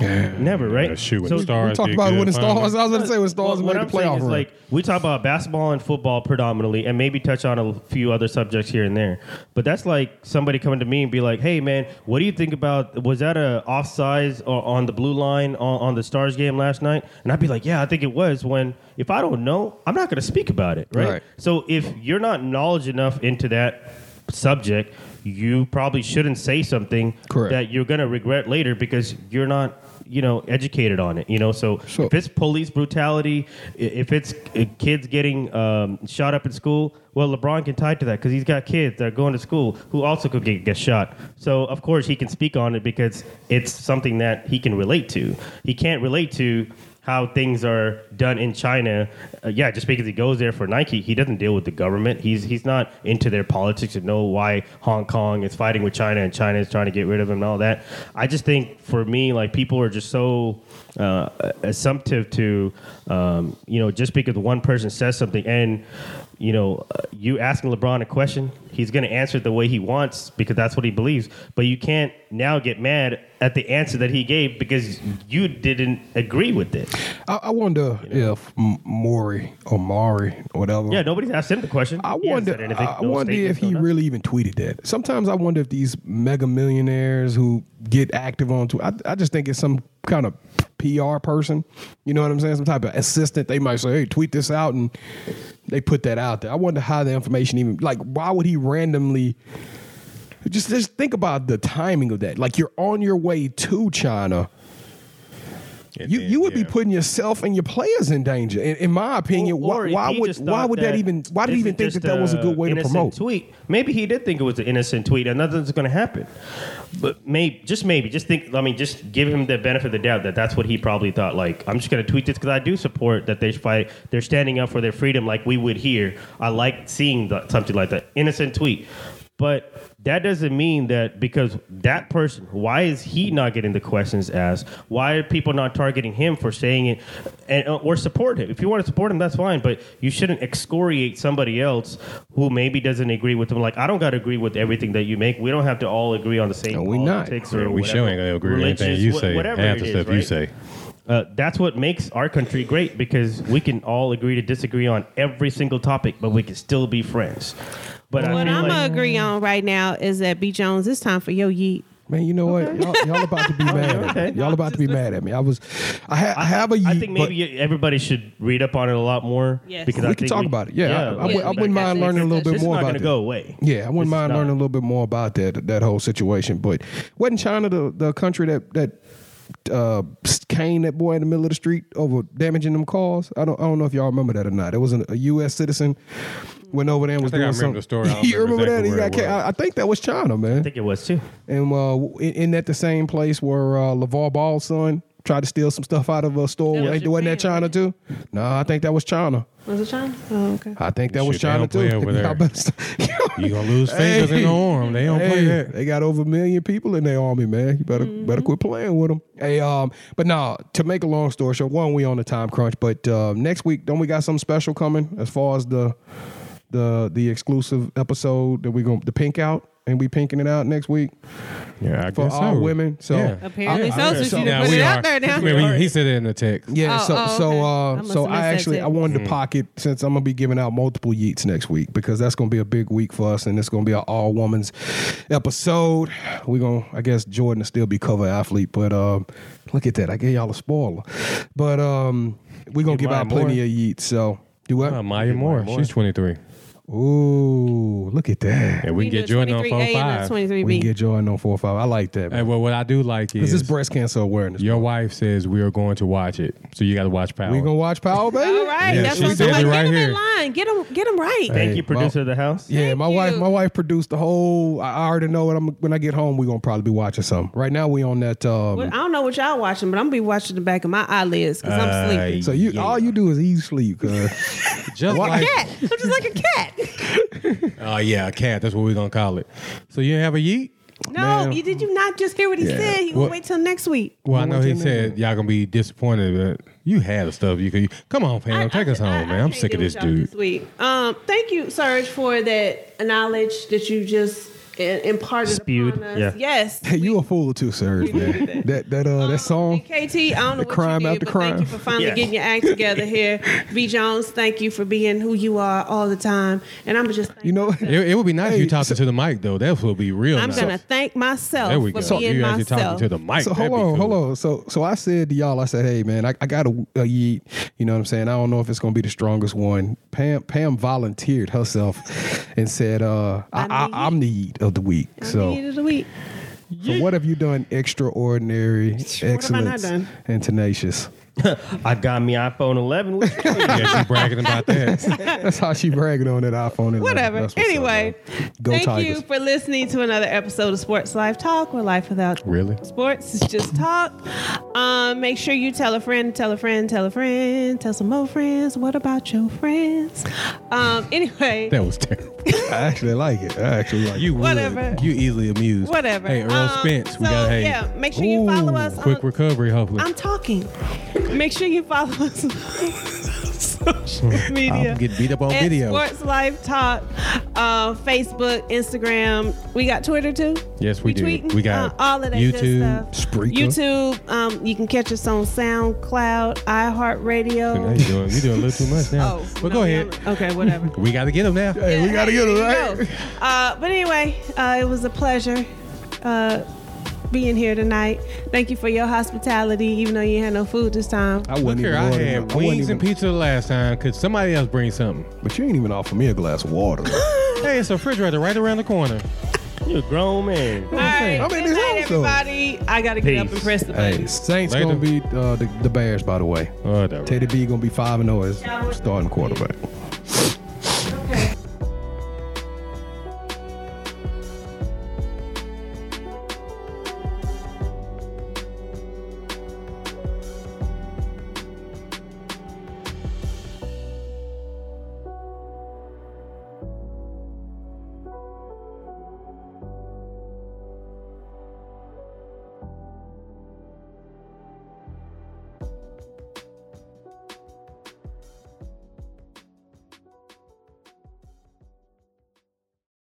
Never, right? Yeah, shoot, when So the stars we talked did about good when the finally. stars. I was going to say when the stars what- made what the I'm saying playoff is, run. Like we talk about basketball and football predominantly, and maybe touch on a few other subjects here and there. But that's like somebody coming to me and be like, "Hey, man, what do you think about? Was that a offsides or on the blue line on, on the Stars game last night?" And I'd be like, "Yeah, I think it was." When if I don't know, I'm not going to speak about it, right? Right. So if you're not knowledge enough into that subject, you probably shouldn't say something Correct. that you're going to regret later because you're not you know educated on it you know so Sure. if it's police brutality i- if it's uh, kids getting um, shot up in school well lebron can tie to that because he's got kids that are going to school who also could get, get shot so of course he can speak on it because it's something that he can relate to he can't relate to how things are done in China, uh, yeah, just because he goes there for Nike, he doesn't deal with the government. He's he's not into their politics to know why Hong Kong is fighting with China and China is trying to get rid of him and all that. I just think for me, like people are just so uh, assumptive to, um, you know, just because one person says something and. You know, uh, you asking LeBron a question, he's going to answer it the way he wants because that's what he believes. But you can't now get mad at the answer that he gave because you didn't agree with it. I, I wonder if M- Maury or Maury or whatever. Yeah, nobody's asked him the question. I He hasn't wonder. said anything. I No wonder statements, if he no nothing. really even tweeted that. Sometimes I wonder if these mega millionaires who get active on Twitter, I, I just think it's some kind of PR person. You know what I'm saying? Some type of assistant. They might say, "Hey, tweet this out," and they put that out there. I wonder how the information even like. Why would he randomly? Just just think about the timing of that. Like you're on your way to China. And You, then, you would yeah. be putting yourself and your players in danger. In, in my opinion, Or- why, or if why he would just why thought would that, even why do you this even is think that just that was a good way to innocent promote? Tweet. Maybe he did think it was an innocent tweet and nothing's going to happen. But maybe, just maybe, just think. I mean, just give him the benefit of the doubt that that's what he probably thought. Like, I'm just going to tweet this because I do support that they fight. They're standing up for their freedom, like we would here. I like seeing the, something like that. Innocent tweet. But that doesn't mean that because that person, why is he not getting the questions asked? Why are people not targeting him for saying it, and uh, or support him? If you want to support him, that's fine, but you shouldn't excoriate somebody else who maybe doesn't agree with them. Like I don't got to agree with everything that you make. We don't have to all agree on the same No, we not. politics or We whatever. sure ain't gonna agree with anything religious, you wha- say. whatever Half it the is, stuff you right? say. Uh, that's what makes our country great because we can all agree to disagree on every single topic, but we can still be friends. But I What feel I'm like, gonna agree on right now is that B Jones. It's time for yo yeet. Man, you know what? Y'all, y'all about to be mad at me. okay. Y'all about to be mad at me. I was, I, ha- I have a yeet, I think but maybe everybody should read up on it a lot more. Yes. Because We I can think talk about it. Yeah, I- I wou- I wouldn't like- mind learning a little bit this is more not about gonna that. go away. yeah, I This wouldn't is mind not- learning a little bit more about that that whole situation. But wasn't China the, the country that that uh, caned that boy in the middle of the street over damaging them cars? I don't I don't know if y'all remember that or not. It was an, a U.S. citizen went over there and was think I doing remember something. the story. I don't you remember remember that? exactly He where got it ca- was. I, I think that was China, man. I think it was too. and uh, in, in that the same place where uh, LeVar Ball's son tried to steal some stuff out of a store. That was Ain't- Wasn't that China Japan, too? No, I think that was China. Was it China? Oh, okay. I think that was Shit, they China don't too. play over there. Y'all better stop- You gonna lose fingers in the arm. They don't play Hey, that. They got over a million people in their army, man. You better Mm-hmm. better quit playing with them. Hey, um, but nah, to make a long story short, one we on the time crunch, but uh, next week don't we got something special coming as far as the the the exclusive episode that we going to the pink out and we pinking it out next week Yeah, I for guess all so. women. So Yeah. Apparently I- so, I- since so- you done Now put we it out are- there now. Maybe he- he said it in the text. Yeah, Oh, so oh, so okay. I uh must so have missed I that actually too. I wanted Hmm. to pocket since I'm gonna be giving out multiple yeets next week because that's gonna be a big week for us and it's gonna be an all woman's episode. We're gonna I guess Jordan will still be cover athlete, but um look at that. I gave y'all a spoiler. But um we're gonna Give give out mine plenty of yeets, so do what? Uh, Maya Moore, Moore. she's 23. Ooh, look at that. And we You can get do a Jordan on 23A and a 4-5. We can 23B. get Jordan on four or five. I like that. Hey, Man. well, what I do like This is, is breast cancer awareness. your wife says we are going to watch it. So you got to watch Power. We gonna watch Power, baby. All right, Yeah, that's she what I'm said it saying. Like, right get him here. in line. Get him, get him right. Hey, Thank you, well- producer of the house. Yeah, Thank my wife, you. my wife produced the whole. I I already know what I'm when I get home. We're gonna probably be watching some. Right now, we on that. Um, Well, I don't know what y'all watching, but I'm gonna be watching the back of my eyelids because Uh, I'm sleepy. so you, yeah. all you do is eat sleep. cuz. Just Why- like, Cat. I'm just like a cat. oh yeah, a cat. That's what we're gonna call it. So you have a yeet? No, Man. you, did you not just hear what he Yeah. said? You What- gonna wait till next week. Well, I Well, know he what's your said y'all gonna be disappointed, but you had the stuff you could. Come on, Pam, take us home, I- I man. I'm can't sick of deal this with y'all dude. This week. Um, thank you, Serge, for that knowledge that you just and imparted Spewed, upon us. yeah. Yes. Hey, you a fool too, sir. man. that that Oh, uh that song. And KT, I don't know what crime you did, after but crime. thank you for finally Yeah. getting your act together here. B. Jones, thank you for being who you are all the time. And I'm just thank You know, It, it would be nice if Hey, you talked to the mic though. That would be real. I'm nice. gonna thank myself There we for go. being you actually myself. talking to the mic. So hold on, hold on. So so I said to y'all, I said, hey man, I, I got a, a yeet. You know what I'm saying? I don't know if it's gonna be the strongest one. Pam Pam volunteered herself and said, uh, I, I'm the I, yeet. I'm the yeet of the week. so. so of the week. so what have you done extraordinary, I not excellence, done? and tenacious? I got me iPhone 11. What you talking about? yeah, she bragging about that. That's how she bragging on that iPhone. And Whatever. that's what's up, Anyway, man. go thank Tigers. you for listening to another episode of Sports Life Talk, where life without Really? sports is just talk. Um, make sure you tell a friend, tell a friend, tell a friend, tell some more friends. What about your friends? Um, anyway, That was terrible. I actually like it. I actually like You would. Whatever. You easily amused. whatever. Hey, Earl Um, Spence, we so, got hey. Yeah, make sure you follow Ooh, us. on- Quick recovery, hopefully. I'm talking. Make sure you follow us on social media. I'm getting beat up on At video. Sports Life Talk, uh, Facebook, Instagram. We got Twitter too. Yes, we do. tweeting? We got Uh, all of that YouTube, good stuff. Spreaker. YouTube. Um, you can catch us on SoundCloud, Now iHeartRadio. you doing you doing a little too much now. Oh, but no, go ahead. no, Okay, whatever. We got to get him now. Hey, we gotta get it There right. you go. Uh, but anyway, uh, it was a pleasure uh, being here tonight. Thank you for your hospitality, even though you had no food this time. I Look wasn't here, even I ordering had it. I wasn't wings even- and pizza the last time. Could somebody else bring something? But you ain't even offer me a glass of water. Hey, it's a refrigerator right around the corner. You a grown man. All right, I'm in good this night, house, though. everybody. I gotta get up Peace. and press the button. hey, Saints Later. gonna beat uh, the, the Bears, by the way. Whatever. Teddy B gonna be five and zero as oh starting quarterback.